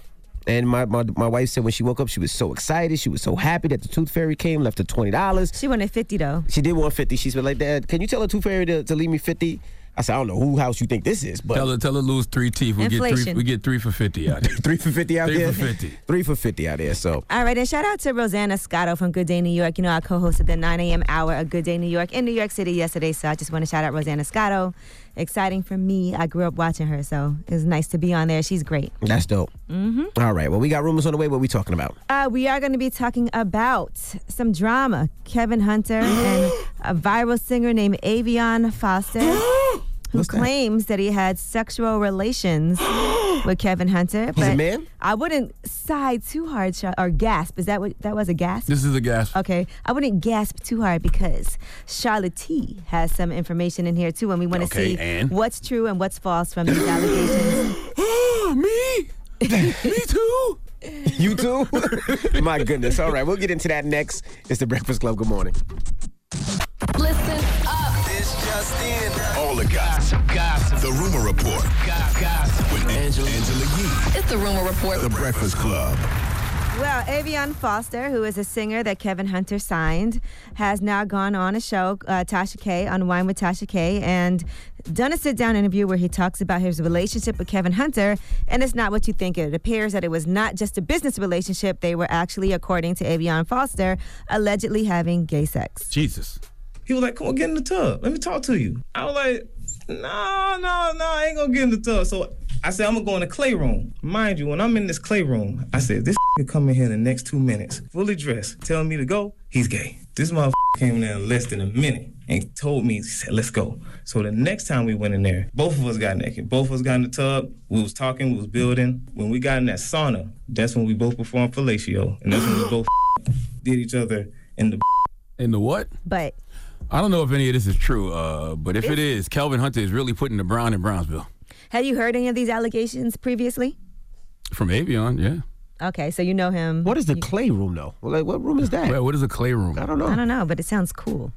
And my, my, my wife said when she woke up, she was so excited. She was so happy that the tooth fairy came, left her $20.
She wanted 50 though.
She did want 50. She said, like, Dad, can you tell the tooth fairy to, to leave me 50? I said, I don't know who house you think this is, but [laughs]
Tell her, tell her lose three teeth. We get three.
Inflation.
We get three for fifty out there.
three for fifty out
three
there?
for fifty.
Three for 50 out there. So
All right, and shout out to Rosanna Scotto from Good Day New York. You know, I co hosted the 9 a.m. hour of Good Day New York in New York City yesterday, so I just want to shout out Rosanna Scotto. Exciting for me. I grew up watching her, so it was nice to be on there. She's great.
that's dope.
Mm-hmm.
All right. Well, we got rumors on the way. What we
[laughs]
talking about?
Uh, we are going to be talking about some drama. Kevin Hunter
[gasps]
and a viral singer named Avion Foster, who claims that he had sexual
[gasps]
relations with Kevin Hunter.
He's a man?
I wouldn't sigh too hard Char- or gasp. Is that what that was a gasp?
This is a gasp.
Okay, I wouldn't gasp too hard because Charlotte T has some information in here too, and we want to
Okay,
see
and?
what's true and what's false from these allegations.
[gasps] Me? Me too?
You too? [laughs] My goodness. All right. We'll get into that next. It's the Breakfast Club. Good morning.
Listen up. This just in. All the gossip. Gossip. The rumor report. Gossip. With Angela, Angela Yee. It's the rumor report. The Breakfast Club.
Well, Avion Foster, who is a singer that Kevin Hunter signed, has now gone on a show, uh, Tasha K, on Wine with Tasha K, and done a sit down interview where he talks about his relationship with Kevin Hunter, and it's not what you think. It appears that it was not just a business relationship, they were actually, according to Avion Foster, allegedly having gay sex.
Jesus.
He was like, "Come on, get in the tub. Let me talk to you." I was like, no, no, no, I ain't gonna get in the tub. So I said, I'm gonna go in the clay room. Mind you, when I'm in this clay room, I said, this could come in here in the next two minutes, fully dressed, telling me to go, he's gay. This motherfucker came in there in less than a minute and told me, he said, let's go. So the next time we went in there, both of us got naked. Both of us got in the tub. We was talking, we was building. When we got in that sauna, that's when we both performed fellatio. And that's when we both [laughs] did each other in the [laughs]
In the what?
But
I don't know if any of this is true, uh, but if it is, Kelvin Hunter is really putting the brown in Brownsville.
Have you heard any of these allegations previously?
From Avion, yeah.
Okay, so you know him.
What is the clay room though? Like, what room is that?
Well, what is a clay room? I
don't know.
I don't know, but it sounds
[laughs]
cool.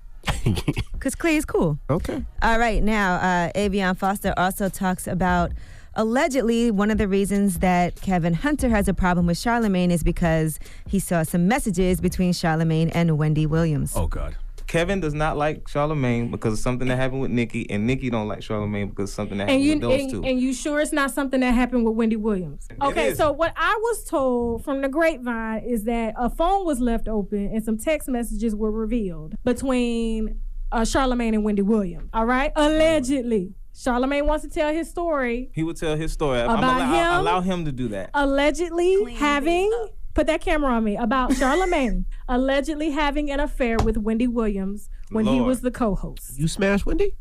Because clay is cool.
Okay.
All right, now, uh, Avion Foster also talks about allegedly one of the reasons that Kevin Hunter has a problem with Charlemagne is because he saw some messages between Charlemagne and Wendy Williams.
Oh God.
Kevin does not like Charlemagne because of something that happened with Nikki, and Nikki don't like Charlemagne because of something that
and
happened
you
with those
and,
two.
and you sure it's not something that happened with Wendy Williams? Okay,
is.
so what I was told from the grapevine is that a phone was left open and some text messages were revealed between uh, Charlemagne and Wendy Williams. All right, allegedly, Charlemagne wants to tell his story.
he will tell his story. I'm
About
allow, I'll
him?
allow him to do that.
Allegedly having. Put that camera on me about Charlemagne allegedly having an affair with Wendy Williams when he
Lord.
was the co-host.
You smash Wendy?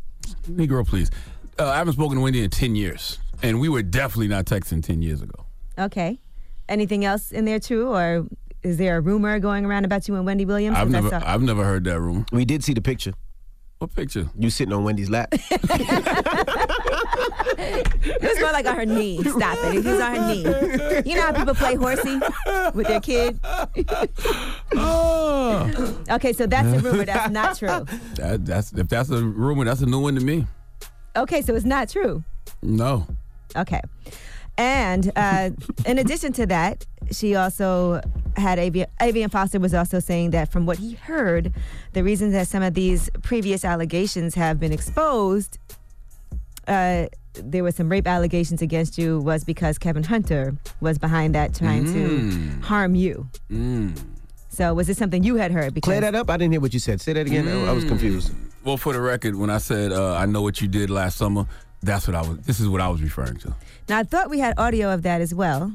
Negro, please. Uh, I haven't spoken to Wendy in 10 years, and we were definitely not texting 10 years ago.
Okay. Anything else in there, too? Or is there a rumor going around about you and Wendy Williams?
I've
'Cause I
never,
saw-
I've never heard that rumor.
We did see the picture.
What picture?
You sitting on Wendy's lap.
[laughs] It was more like on her knee. Stop it. It was on her knee. You know how people play horsey with their
[laughs]
kid?
Ah.
[laughs] okay, so that's a rumor. That's not true.
That, that's if that's a rumor, that's a new one to me.
Okay, so it's not true.
No.
Okay. And uh, in addition to that, she also had Avi- Avian Foster was also saying that from what he heard, the reason that some of these previous allegations have been exposed, uh, there were some rape allegations against you, was because Kevin Hunter was behind that trying
Mm.
to harm you. So was this something you had heard? Because
Clear that up. I didn't hear what you said. Say that again. I, I was confused.
Mm. Well, for the record, when I said uh, I know what you did last summer, that's what I was. This is what I was referring to.
now I thought we had audio of that as well.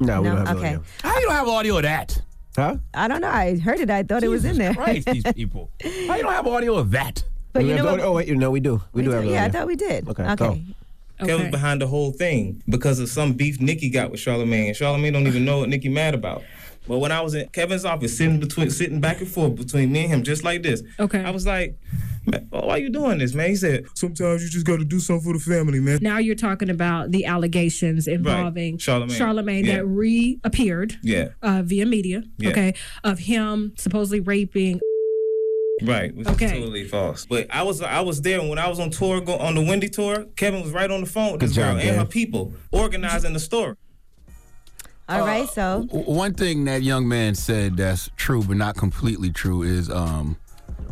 No,
we No? don't have Okay. audio.
How you don't have audio of that? Huh?
I don't know. I heard it. I thought it was in there.
Christ,
[laughs]
these people. How you don't have audio of that?
But
We
you
have
know
the-
what-
Oh wait, no, we do. We, do, have the
yeah, I
audio.
thought we did.
Okay,
okay.
Kevin's behind the whole thing because of some beef Nikki got with Charlemagne. Charlemagne don't even know what Nikki mad about. But when I was in Kevin's office, sitting between, sitting back and forth between me and him, just like this. Okay. I was like, "Man, oh, "Why are you doing this, man?" He said, "Sometimes you just got to do something for the family, man."
Now you're talking about the allegations involving
Charlemagne.
Charlemagne
Yeah.
that reappeared
Yeah.
uh, via media,
Yeah.
okay, of him supposedly raping.
Right, which is totally false. But I was I was there when I was on tour go, on the Wendy tour. Kevin was right on the phone with this girl and her people organizing the story.
All right, so
Uh, W- One thing that young man said that's true, but not completely true, is um,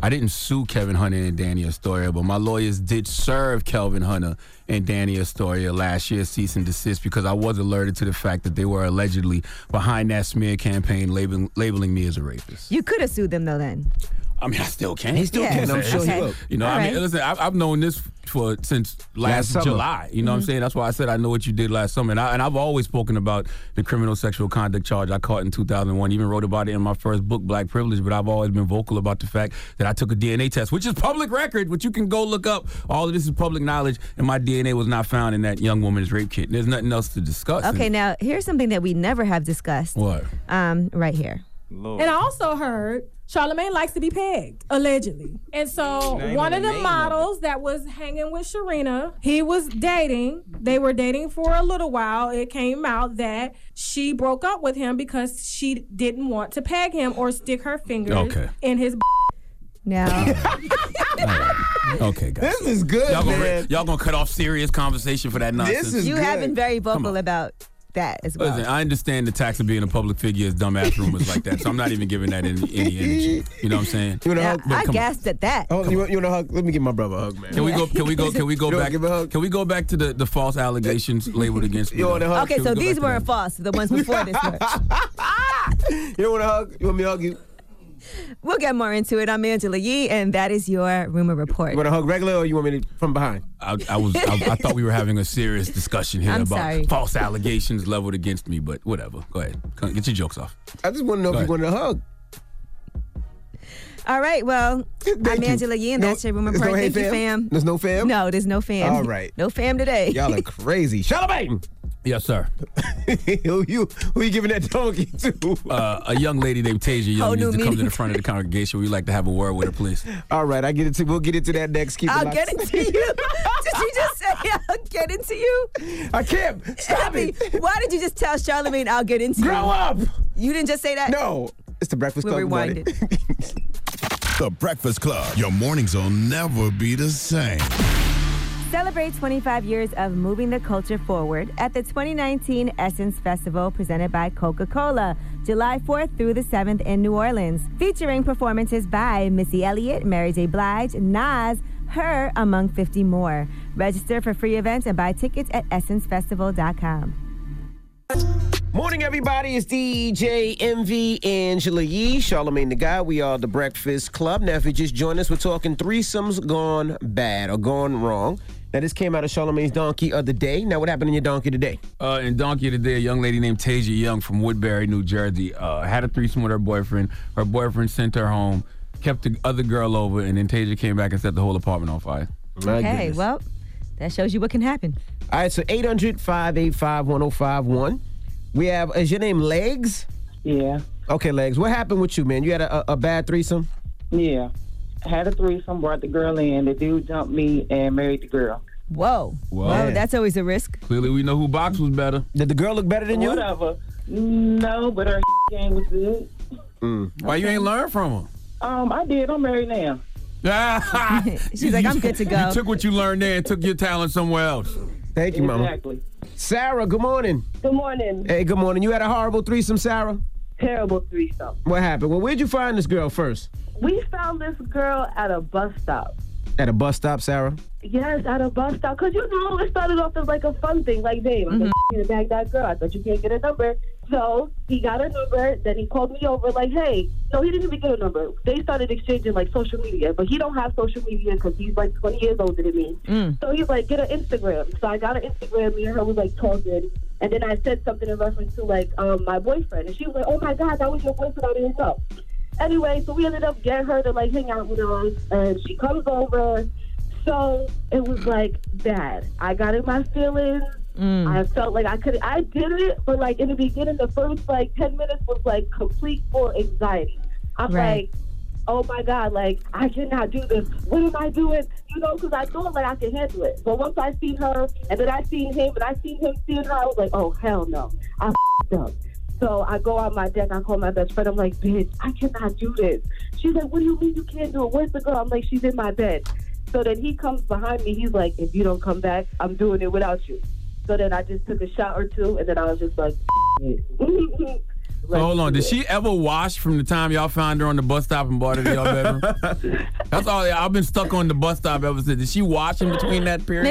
I didn't sue Kevin Hunter and Danny Astoria, but my lawyers did serve Kelvin Hunter and Danny Astoria last year's cease and desist because I was alerted to the fact that they were allegedly behind that smear campaign labeling, labeling me as a rapist.
you could have sued them though. Then
I mean, I still can.
He still Yeah. can. I'm sure he
Okay.
will.
You know,
All
I mean,
right.
listen, I've, I've known this for since
Last
last,
summer.
July. You know what I'm
Mm-hmm.
Mhm.
saying? That's why I said I know what you did last summer. And, I, and I've always spoken about the criminal sexual conduct charge I caught in 2001. Even wrote about it in my first book, Black Privilege. But I've always been vocal about the fact that I took a DNA test, which is public record, which you can go look up. All of this is public knowledge, and my DNA was not found in that young woman's rape kit. There's nothing else to
Oh,
discuss.
okay.
And-
Now here's something that we never have discussed.
What?
Um, right here.
And I also heard Charlemagne likes to be pegged, allegedly. And so
Name
one
of
of
the
the
name of
models that was hanging with Sharina, he was dating. They were dating for a little while. It came out that she broke up with him because she didn't want to peg him or stick her fingers
Okay.
in his.
[laughs]
Now.
Okay, guys.
This is good,
y'all gonna,
man.
y'all gonna cut off serious conversation for that nonsense.
you have been very vocal about that as well.
Listen, I understand the tax of being a public figure is dumbass rumors like that, so I'm not even giving that any,
[laughs]
any energy. You know what I'm saying?
You know,
Now,
but
I
come on.
gasped at that.
Oh, you, want- you want a hug? Let me give my brother a hug, man.
Can we go? Can we go? Can we
[laughs]
go
You don't
back?
give a hug?
Can we go back to the, the
[laughs]
false allegations labeled against me?
You want a hug?
okay,
Can we
so
go
these
back to
[laughs]
weren't false. The ones before this were.
You want a hug? You want me to hug you?
We'll get more into it. I'm Angela Yee, and that is your rumor report.
You want to hug regular or you want me to from behind?
I, I was I, I thought we were having a serious discussion here
I'm
about
sorry.
false allegations leveled against me, but whatever. Go ahead, Come- get your jokes off.
I just want to know if you wanted a hug.
All right, well, I'm Angela Yee, and that's your rumor
there's
report.
no hey
Thank you, fam.
There's no fam.
No, there's no fam.
All right.
No fam today.
Y'all
[laughs]
are crazy. Charlemagne.
Yes, sir.
[laughs] who you who you giving that donkey to?
Uh, a young lady named Tasia
Whole
Young
new
needs to come to
meeting.
the front of the congregation. We'd like to have a word with her, please.
All right, I get it. To, we'll get into that next. Keep
I'll
locked.
get into you.
[laughs]
did you just say I'll get into you?
I can't. Stop
Abby, Why did you just tell Charlamagne I'll get into you?
Grow up.
You didn't just say that.
No, it's the Breakfast
We'll
Club. Good morning.
rewind it.
[laughs]
The Breakfast Club. Your mornings will never be the same.
Celebrate 25 years of moving the culture forward at the 2019 Essence Festival presented by Coca Cola, July 4th through the 7th in New Orleans. Featuring performances by Missy Elliott, Mary J. Blige, Nas, Her, among 50 more. Register for free events and buy tickets at EssenceFestival.com.
Morning, everybody. It's DJ MV Angela Yee, Charlemagne the Guy. We are the Breakfast Club. Now, if you just joined us, we're talking threesomes gone bad or gone wrong. Now, this came out of Charlemagne's donkey of the day. Now, what happened in your donkey today?
Uh, in Donkey today, a young lady named Tasia Young from Woodbury, New Jersey, uh, had a threesome with her boyfriend. Her boyfriend sent her home, kept the other girl over, and then Tasia came back and set the whole apartment on fire.
Okay, well, that shows you what can happen.
All right, so 800 585 1051. We have, is your name Legs?
Yeah.
Okay, Legs. What happened with you, man? You had a, a, a bad threesome?
Yeah. Had a threesome, brought the girl in. The dude dumped me and married the girl.
Whoa.
Whoa. Man.
that's always a risk.
Clearly, we know who box was better.
Did the girl look better
Whatever. No, but her [laughs] game was good.
Mm.
Why you ain't learn from
Um, I did. I'm married now.
her?
[laughs] She's like, I'm good to go.
[laughs] You took what you learned there and took your talent somewhere else.
Thank you, Mama. Exactly. Sarah, good morning.
Good morning.
Hey, good morning. You had a horrible threesome, Sarah?
Terrible threesome.
What happened? Well, where'd you find this girl first?
We found this girl at a bus stop.
At a bus stop, Sarah?
Yes, at a bus stop. Because, you know, it started off as like a fun thing. Like, babe, I'm going to bag that girl. I thought you can't get a number. So he got a number. Then he called me over, like, hey, no, he didn't even get a number. They started exchanging, like, social media. But he don't have social media because he's, like, 20 years older than me.
Mm.
So he's like, get an Instagram. So I got an Instagram. Me and her was like talking. And then I said something in reference to like um, my boyfriend. And she was like, oh my God, that was your boyfriend. I didn't know. Anyway, so we ended up getting her to like hang out with us. And she comes over. So it was like bad. I got in my feelings.
Hmm.
Mm.
I felt like I could, I did it, but like in the beginning, the first like 10 minutes was like complete full anxiety. I'm
Right.
like, oh my God, like, I cannot do this. What am I doing? You know, because I thought like I could handle it. But once I seen her, and then I seen him, and I seen him seeing her, I was like, oh, hell no. I fed up. So I go on my deck, I call my best friend. I'm like, bitch, I cannot do this. She's like, what do you mean you can't do it? Where's the girl? I'm like, she's in my bed. So then he comes behind me. He's like, if you don't come back, I'm doing it without you. So then I just took a shot or two, and then I was just like, it.
So hold on. Did she ever wash from the time y'all found her on the bus stop and brought her to your bedroom? That's all. I've been stuck on the bus stop ever since. Did she wash in between that period?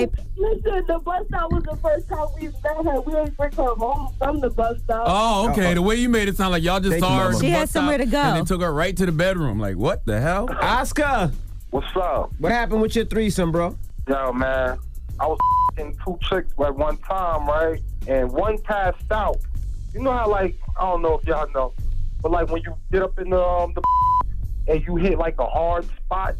Listen, the bus stop was the first time we met her. We didn't bring her home from the bus stop.
Oh, okay. The way you made it sound like y'all just
Thank
saw
you,
her.
Mama.
at the
She
bus
had somewhere
stop
to go.
And they took her right to the bedroom. Like, what the hell?
Oscar.
What's up?
What happened with your threesome, bro?
Yo, man, I was in two chicks at one time, right? And one passed out. You know how, like, I don't know if y'all know, but like when you get up in the um, the [laughs] and you hit like a hard spot,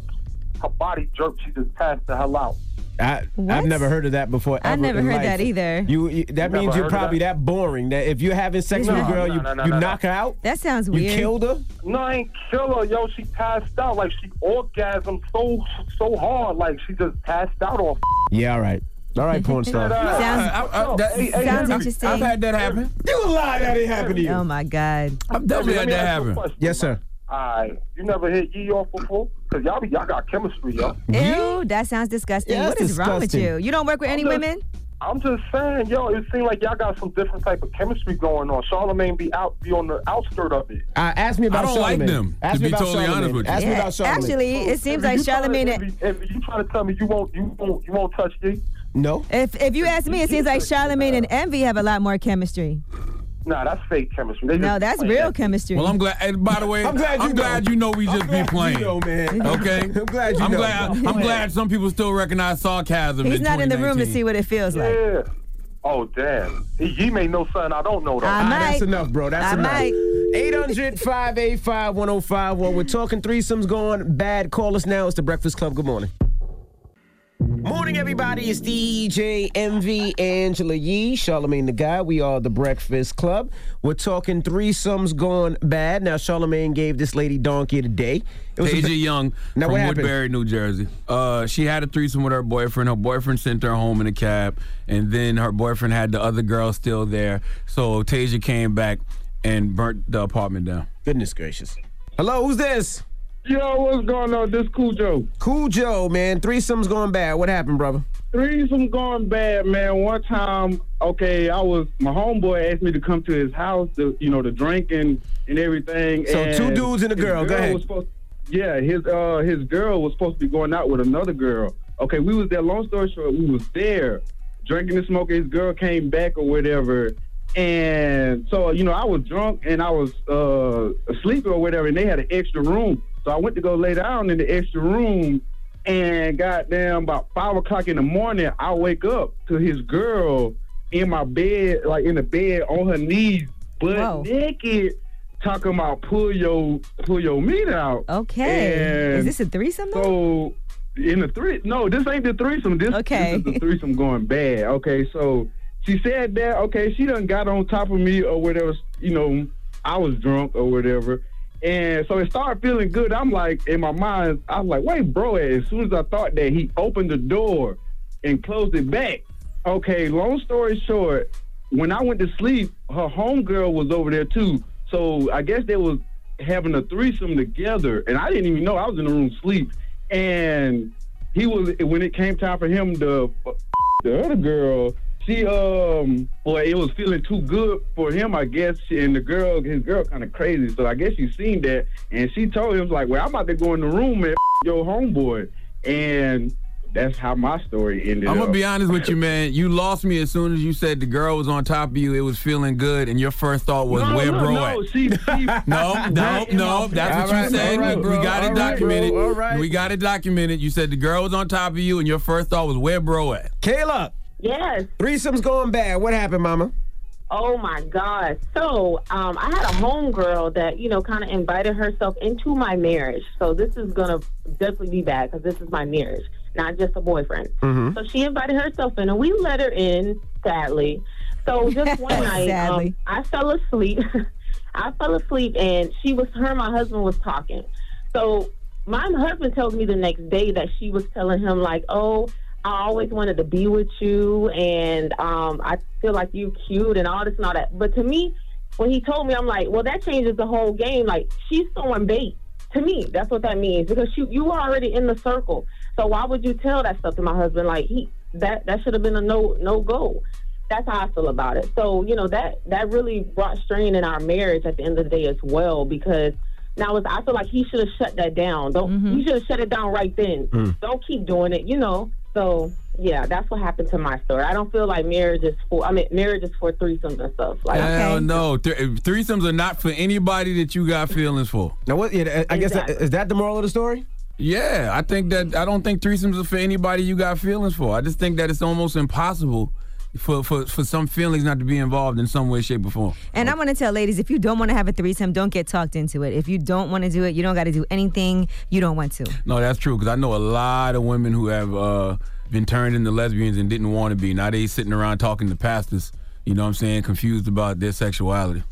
her body jerked. She just passed the hell out.
I, I've
What?
never heard of that before.
I
ever
never
in
heard
life.
that either.
You, you that
Never
means
heard
you're
of
probably that? boring. That if you're having sex with a
No,
girl,
no,
you,
no, no,
you
no, no.
knock her out.
That sounds
You killed her.
No, I ain't kill her, yo. She passed out. Like she orgasmed so so hard, like she just passed out on.
Yeah, all right, all right,
[laughs]
porn star.
Uh, I've had that happen.
You a lie. That didn't happen to you.
Oh my God.
I've
definitely had that happen.
Yes, sir.
Alright, you never hit ye off before? Cause y'all be y'all got chemistry, yo.
Ew, that sounds disgusting.
Yeah,
what
that's
is wrong with
disgusting.
you? You don't work with any
I'm just-
women?
I'm just saying, yo, it seems like y'all got some different type of chemistry going on. Charlemagne be out, be on the outskirt of it.
Uh, ask me about
I don't like
Charlemagne.
them,
Ask
to
me
be
about
totally honest
Charlemagne.
with you.
Ask me
Yeah,
about Charlemagne.
actually, it seems like
You trying to-
Charlemagne-
If, if you trying to tell me you won't, you won't, you won't touch ye?
No.
If if you ask me, it seems like Charlemagne and Envy have a lot more chemistry.
Nah, that's fake chemistry. They
No,
just
that's
playing
real
that.
chemistry.
Well, I'm glad. And by the way, I'm glad you, know. we just be playing.
know, man.
Okay,
I'm glad you
I'm
know.
glad.
Come
I'm
on.
glad some people still recognize sarcasm.
He's not in the room to see what it feels like.
Yeah. Oh damn. He, he may know something I don't know though.
All right, Ah, That's enough, bro. That's enough. 800 585 1051. We're talking threesomes going bad. Call us now. It's the Breakfast Club. Good morning. Morning, everybody. It's DJ MV Angela Yee, Charlemagne the Guy. We are the Breakfast Club. We're talking threesomes gone bad. Now, Charlemagne gave this lady donkey today.
Deja Young
Now,
from
what happened?
Woodbury, New Jersey. Uh, she had a threesome with her boyfriend. Her boyfriend sent her home in a cab, and then her boyfriend had the other girl still there. So Tasia came back and burnt the apartment down.
Goodness gracious. Hello, who's this?
Yo, what's going on? This Cujo.
Cujo, man. Threesomes going bad. What happened, brother?
Threesome going bad, man. One time, okay, I was my homeboy asked me to come to his house to you know to drink and and everything.
So
and
two dudes and a
his
girl. Go ahead.
was supposed- yeah, his uh his girl was supposed to be going out with another girl. Okay, we was there. Long story short, we was there drinking and smoking. His girl came back or whatever. And so, you know, I was drunk and I was uh, asleep or whatever, and they had an extra room. So I went to go lay down in the extra room, and goddamn, about five o'clock in the morning, I wake up to his girl in my bed, like in the bed on her knees, butt naked, talking about pull your pull your meat out.
Okay. Is this a threesome?
So in the three, no, this ain't the threesome. This,
Okay.
this is the threesome going bad. Okay, so she said that. Okay, she done got on top of me or whatever. You know, I was drunk or whatever. And so it started feeling good. I'm like, in my mind, I was like, wait, bro. As soon as I thought that, he opened the door and closed it back. Okay, long story short, when I went to sleep, her homegirl was over there too. So I guess they was having a threesome together, and I didn't even know I was in the room sleep. And he was when it came time for him to f- the other girl. She um, boy, it was feeling too good for him, I guess. And the girl, his girl, kind of crazy. So I guess she seen that, and she told him like, "Well, I'm about to go in the room and f- your homeboy." And that's how my story ended.
I'm
up.
gonna be honest with you, man. You lost me as soon as you said the girl was on top of you. It was feeling good, and your first thought was,
no,
"Where,
no,
bro?"
No,
at?"
she, she,
[laughs] No, no, no. That's what you said. We- we, got it documented. We got it documented. You said the girl was on top of you, and your first thought was, "Where, bro?" At
Kayla.
Yes.
Threesomes going bad. What happened, mama?
Oh my God. So um, I had a homegirl that, you know, kind of invited herself into my marriage. So this is going to definitely be bad because this is my marriage, not just a boyfriend.
Mhm.
So she invited herself in and we let her in, sadly. So just one night, um,
Sadly.
I fell asleep. [laughs] I fell asleep and she was, her and my husband was talking. So my husband tells me the next day that she was telling him like, "Oh, I always wanted to be with you, and um, I feel like you cute and all this and all that." But to me, when he told me, I'm like, "Well, that changes the whole game. Like she's throwing bait." To me, that's what that means because you you were already in the circle. So why would you tell that stuff to my husband? Like he that that should have been a no no go. That's how I feel about it. So you know that that really brought strain in our marriage at the end of the day as well because now it's, I feel like he should have shut that down. Don't you should have shut it down right then.
Mm.
Don't keep doing it, you know. So yeah, that's what happened to my story. I don't feel like marriage is for. I mean, marriage is for threesomes and stuff. Like
Hell no. Th- eh, threesomes are not for anybody that you got feelings for.
Now, what? Yeah, I guess that-
is
Exactly. that the moral of the story?
Yeah, I think that I don't think threesomes are for anybody you got feelings for. I just think that it's almost impossible for for, for some feelings not to be involved in some way, shape, or form.
And I want to tell ladies if you don't want to have a threesome, don't get talked into it. If you don't want to do it, you don't got to do anything you don't want to.
No, that's true because I know a lot of women who have uh, been turned into lesbians and didn't want to be. Now they sitting around talking to pastors. You know what I'm saying? Confused about their sexuality.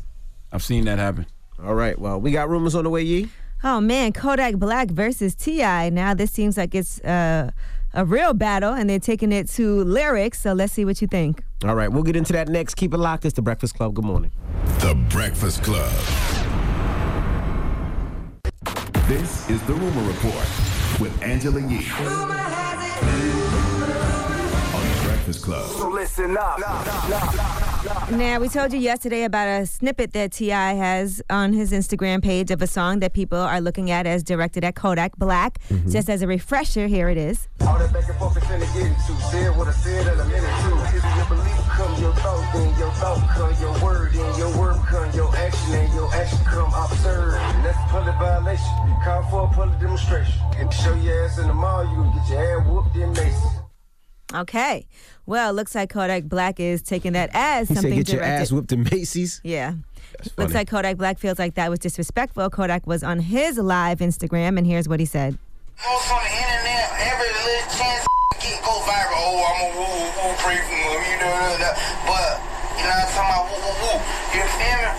I've seen that happen.
All right. Well, we got rumors on the way, Yee.
Oh man, Kodak Black versus T.I. Now this seems like it's uh, a real battle and they're taking it to lyrics. So let's see what you think.
All right, we'll get into that next. Keep it locked. It's the Breakfast Club. Good morning.
The Breakfast Club. This is the Rumor Report with Angela Yee. On the Breakfast Club.
So listen up.
Now, we told you yesterday about a snippet that T.I. has on his Instagram page of a song that people are looking at as directed at Kodak Black.
Mhm.
Just as a refresher, here it is.
All that back and forth is finna get into. See it with a see it in a minute too. Is it your
belief come your thought, then your thought come your word, then your word come your action, and your action come absurd. And that's a public violation. You call for a public demonstration. And show your ass in the mall, you gonna get your ass whooped in Mason.
Okay. Well, looks like Kodak Black is taking that as
He said,
something
"Get your
directed-
ass whipped in Macy's."
Yeah.
funny.
Looks like Kodak Black feels like that was disrespectful. Kodak was on his live Instagram, and here's what he said.
Most on the internet, every little chance get go viral. Oh, I'm a woo woo woo pray for me, you know da, da. But you know what I'm talking about woo woo woo. You feel me?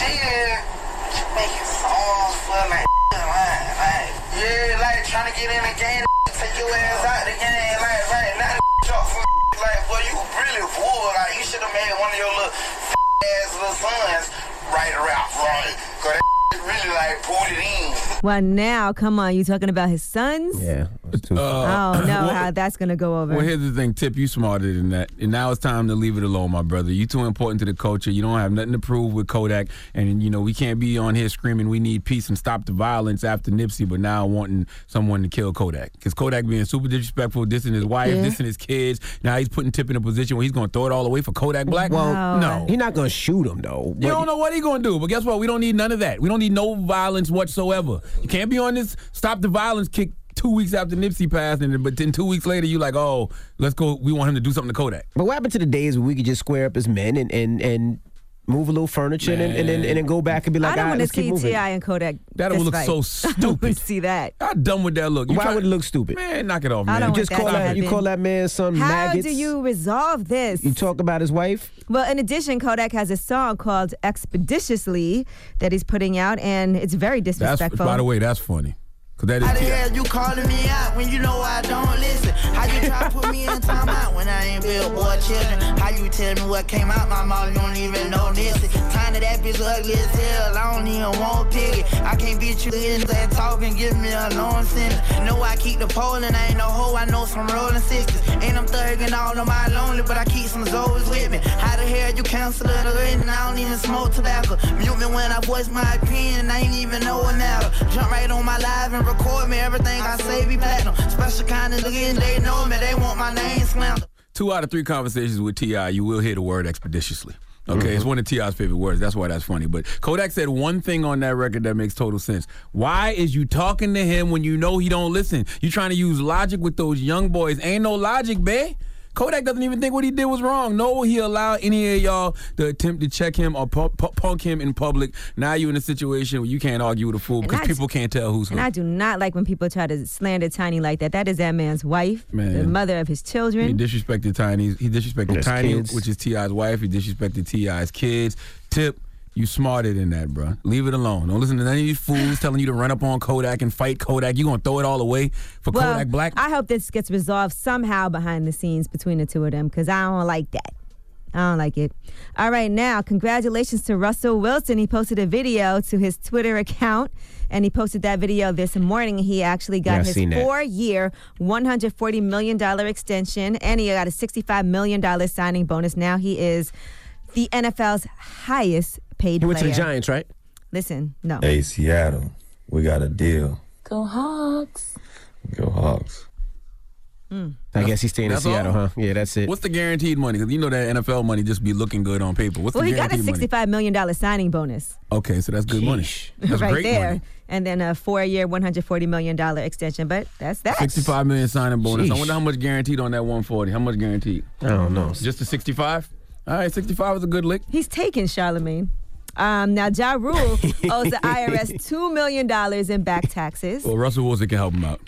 Then you making songs for like line, like yeah, like trying to get in the game, take your ass out the game, like right now. [laughs] Jump from like boy, you really bored. Like you should have made one of your little [laughs] ass little sons right around right. Cause that [laughs] really like pulled it in.
Well, now, come on, you talking about his sons?
Yeah. [laughs]
oh no,
[coughs] well-
how that's gonna go over?
Uh, Well, here's the thing, Tip. You smarter than that, and now it's time to leave it alone, my brother. You too important to the culture. You don't have nothing to prove with Kodak, and you know we can't be on here screaming we need peace and stop the violence after Nipsey, but now wanting someone to kill Kodak because Kodak being super disrespectful, dissing his wife,
Yeah.
dissing his kids. Now he's putting Tip in a position where he's going to throw it all away for Kodak Black.
Well,
no.
He's not gonna shoot him though.
You don't know what he gonna do, but guess what? We don't need none of that. We don't need no violence whatsoever. You can't be on this stop the violence kick two weeks after Nipsey passed, and then- but then two weeks later you like, oh, let's go. We want him to do something to Kodak.
But what happened to the days when we could just square up as men and and and move a little furniture and, and, and, then- and then go back and be like,
I don't
"All
want
right,
to
let's keep
see
moving."
Ti and Kodak.
That would look
fistfight. [laughs]
so
I don't wanna see that.
How dumb would that look?
Why would it look stupid?
Man, knock it off,
I
man.
don't
You just
want that
call
to
that you
happen.
call that man some
How
maggots.
do you resolve this?
You talk about his wife.
Well, in addition, Kodak has a song called "Expeditiously" that he's putting out, and it's very
That's
disrespectful.
by the way, that's funny. Cause that
How
is
the
T.I.
hell you calling me out when you know I don't listen? How you try to put me in timeout when I ain't billboard children? How you tell me what came out my mouth? You don't even know this. Kind of that bitch ugly as hell. I don't even want to pick it. I can't beat you in that talk and give me a long sentence. Know I keep the pole and I ain't no hoe. I know some rolling sixes. And I'm thugging all on my lonely, but I keep some Zoes with me. How the hell you cancel it already? And I don't even smoke tobacco. Mute me when I voice my opinion. I ain't even know it matter. Jump right on my live and record me. Everything I say be platinum. Special kind of looking, they know me. They want my name slammed.
two out of three conversations with Ti, you will hear the word expeditiously. Okay,
Mm-hmm.
it's one of Ti's favorite words. That's why that's funny. But Kodak said one thing on that record that makes total sense. Why is you talking to him when you know he don't listen? You trying to use logic with those young boys? Ain't no logic, bae. Kodak doesn't even think what he did was wrong. No, he allowed any of y'all to attempt to check him or pu- pu- punk him in public. Now you in a situation where you can't argue with a fool because
I-
people can't tell who's who.
And I do not like when people try to slander Tiny like that. That is that man's wife, the
Man.
mother of his
He
children.
disrespected Tiny. He disrespected
His
Tiny,
kids.
which is Ti's wife. He disrespected Ti's kids. Tip, you smarter than that, bro. Leave it alone. Don't listen to none of these fools telling you to run up on Kodak and fight Kodak. You gonna throw it all away for
well,
Kodak Black?
I hope this gets resolved somehow behind the scenes between the two of them because I don't like that. I don't like it. All right, now, congratulations to Russell Wilson. He posted a video to his Twitter account, and he posted that video this morning. He actually
Yeah, I
got
seen
his
that.
four year, $140 million extension, and he got a $65 million signing bonus. Now he is the NFL's highest paid
He went to the
player.
Giants, right?
Listen, no.
Hey, Seattle, we got a deal.
Go Hawks.
Go Hawks.
I guess he's staying in
That's all?
Seattle, huh? Yeah, that's it.
What's the guaranteed money? Because you know that NFL money just be looking good on paper. What's
Well,
the
he got a
guaranteed
$65
money?
million signing bonus. [laughs]
Okay, so that's good money. That's
right
great
there.
money.
And then a four year, $140 million extension. But that's that.
65 million signing bonus. I
Sheesh.
wonder how much guaranteed on that 140. How much guaranteed? I
don't know.
Just the 65? All right, 65 is a good lick.
He's taking Charlemagne. Um, now, Ja
[laughs]
Rule owes the IRS $2 million in back taxes.
Well, Russell Wilson can help him out.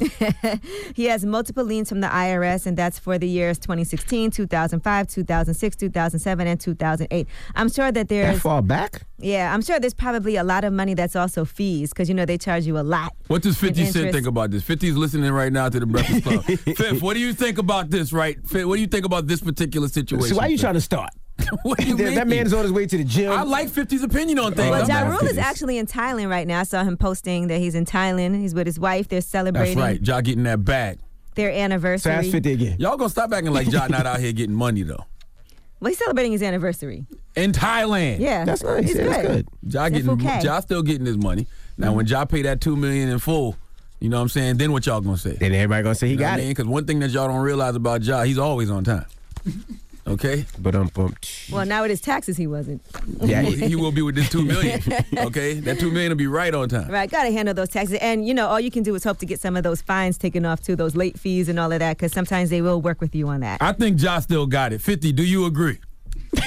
He has multiple liens from the IRS, and that's for the years 2016, 2005, 2006, 2007, and 2008. I'm sure that
That
there's.
far back?
Yeah, I'm sure there's probably a lot of money that's also fees because, you know, they charge you a lot.
What does 50
And
Cent
interest.
think about this? 50's listening right now to the Breakfast
[laughs]
Club. Fifth, what do you think about this, right? Fifth, what do you think about this particular situation?
So why you
Fifth?
trying to start?
[laughs] what do you
[laughs] That- that
mean?
man's on his way to the gym.
I like 50's opinion on things.
Well,
I'm
Ja Rule
asking
is
this.
actually in Thailand right now. I saw him posting that he's in Thailand. He's with his wife. They're
That's
celebrating
right. Ja getting that bag.
their anniversary.
again.
Y'all gonna stop acting like Ja not out here getting money, though.
Well, he's celebrating his anniversary.
In Thailand.
Yeah. That's nice. It's Yeah, that's good. good.
Ja,
It's
getting,
okay.
ja still getting his money. Now, when Ja pay that $2 million in full, you know what I'm saying? Then what y'all gonna say? Then
everybody gonna say he got it.
Because one thing that y'all don't realize about Ja, he's always on time. Okay.
But I'm bumped.
Well, now it is taxes. He wasn't.
[laughs]
Yeah,
[laughs]
he he will be with this two million. Okay, that two million will be right on time.
Right, gotta handle those taxes, and you know all you can do is hope to get some of those fines taken off too, those late fees and all of that, because sometimes they will work with you on that.
I think Josh still got it. Fifty. Do
[laughs]
you agree?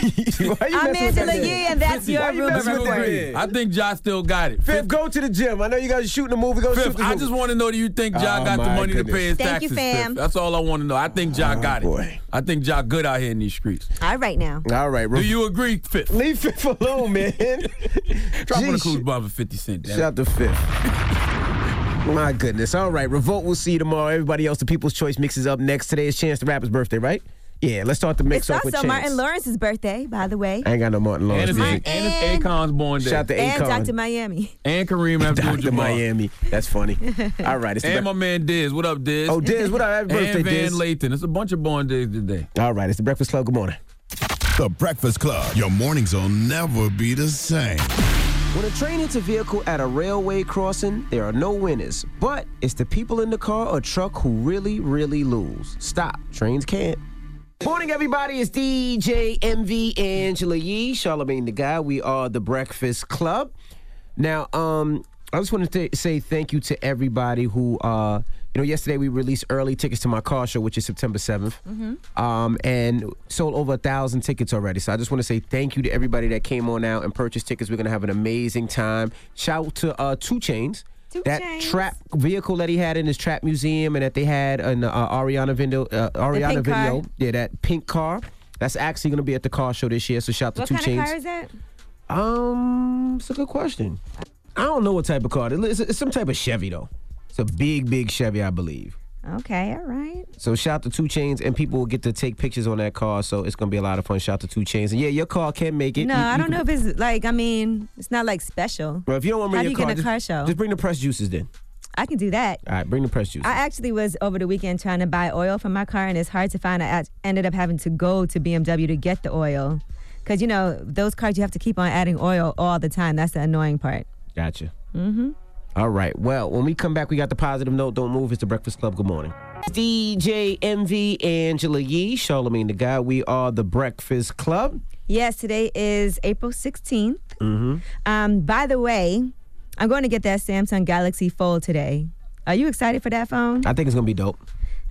I'm Angela Yee, and that's your rumor
Do you
report.
agree? I think Josh still got it.
Fifth, go to the gym. I know you guys are shooting a movie. Go shoot
Fifth,
the
I
movie.
just want to know do you think John
Oh,
got the
my
money to pay his
goodness. Thank you,
taxes?
fam.
Fifth? That's all I want to know. I think
Oh,
John got it. I think John good out here in these streets.
All right now.
All right,
Do you agree, Fifth?
Leave Fifth alone,
[laughs]
man.
Drop on the
Jeez.
cool bomb for 50 Cent. damn it.
Shout to Fifth. [laughs] My goodness. All right, Revolt, we'll see you tomorrow. Everybody else, the People's Choice mixes up next. Today is Chance the Rapper's birthday, right? Yeah, let's start the mix
It's
off
also
with Chance.
Martin Lawrence's birthday, by the way,
I ain't got no Martin Lawrence.
And it's,
music.
and it's Akon's born day.
Shout out to
and
Akon.
Dr. Miami. [laughs]
And
[laughs]
Kareem Abdul
Dr. Miami. That's funny. [laughs] All right. It's the Breakfast-
and my man Diz. What up, Diz?
Oh, Diz, what up? Happy birthday,
[laughs] and Van
Diz.
Lathan. It's a bunch of born days today.
All right. It's the Breakfast Club. Good morning.
The Breakfast Club. Your mornings will never be the same.
When a train hits a vehicle at a railway crossing, there are no winners. But it's the people in the car or truck who really, really lose. Stop. Trains can't. Morning, everybody. It's DJ MV Angela Yee, Charlemagne the Guy. We are the Breakfast Club. Now, um, I just want to say thank you to everybody who, uh, you know, yesterday we released early tickets to my car show, which is September 7th
Mm-hmm.
um, and sold over a thousand tickets already. So I just want to say thank you to everybody that came on out and purchased tickets. We're gonna have an amazing time. Shout out to uh, Two Chains. that trap vehicle that he had in his trap museum, and that they had an uh, Ariana video, uh, Ariana
pink car.
video, yeah, that pink car. That's actually gonna be at the car show this year. So shout out
What
to Two
kind
Chains.
of car is that?
Um, it's a good question. I don't know what type of car. It's, it's some type of Chevy though. It's a big, big Chevy, I believe.
Okay, all right.
So shout out to Two Chains, and people will get to take pictures on that car. So it's gonna be a lot of fun. Shout out to Two Chains, and yeah, your car can make it.
no,
You-
I
you
don't
can-
know if it's like I mean, it's not like special.
Well, if you don't want to
How
bring
do
your
you
car,
get a
just,
car show?
just bring the press juices then.
I can do that.
All right, bring the press juices.
I actually was over the weekend trying to buy oil for my car, and it's hard to find. I act- ended up having to go to BMW to get the oil, because you know those cars you have to keep on adding oil all the time. That's the annoying part.
Gotcha.
Mm-hmm.
All right. Well, when we come back, we got the positive note. Don't move. It's the Breakfast Club. Good morning. DJ MV Angela Yee, Charlemagne the Guy. We are the Breakfast Club.
Yes, today is April 16th.
Mm-hmm.
Um, by the way, I'm going to get that Samsung Galaxy Fold today. Are you excited for that phone?
I think it's gonna be dope.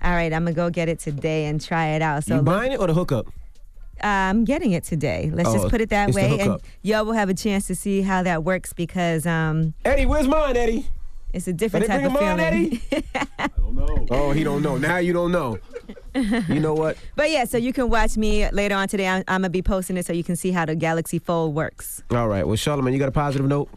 All right, I'm gonna go get it today and try it out. So
you buying it or the hookup?
uh, I'm getting it today. Let's
Oh,
just put it that
it's the
way, and
hookup.
y'all will have a chance to see how that works because um,
Eddie, where's mine, Eddie?
It's a different
Are
type
they
of
bringing
feeling.
mine, Oh, he don't know. Now you don't know. You know what?
[laughs] But yeah, so you can watch me later on today. I'm, I'm gonna be posting it so you can see how the Galaxy Fold works.
All right. Well, Charlemagne, you got a positive note?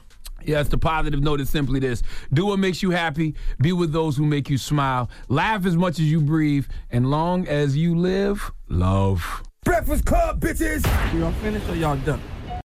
Yes, the positive note is simply this do what makes you happy, be with those who make you smile, laugh as much as you breathe, and long as you live, love.
Breakfast Club, bitches. Y'all finished or y'all done?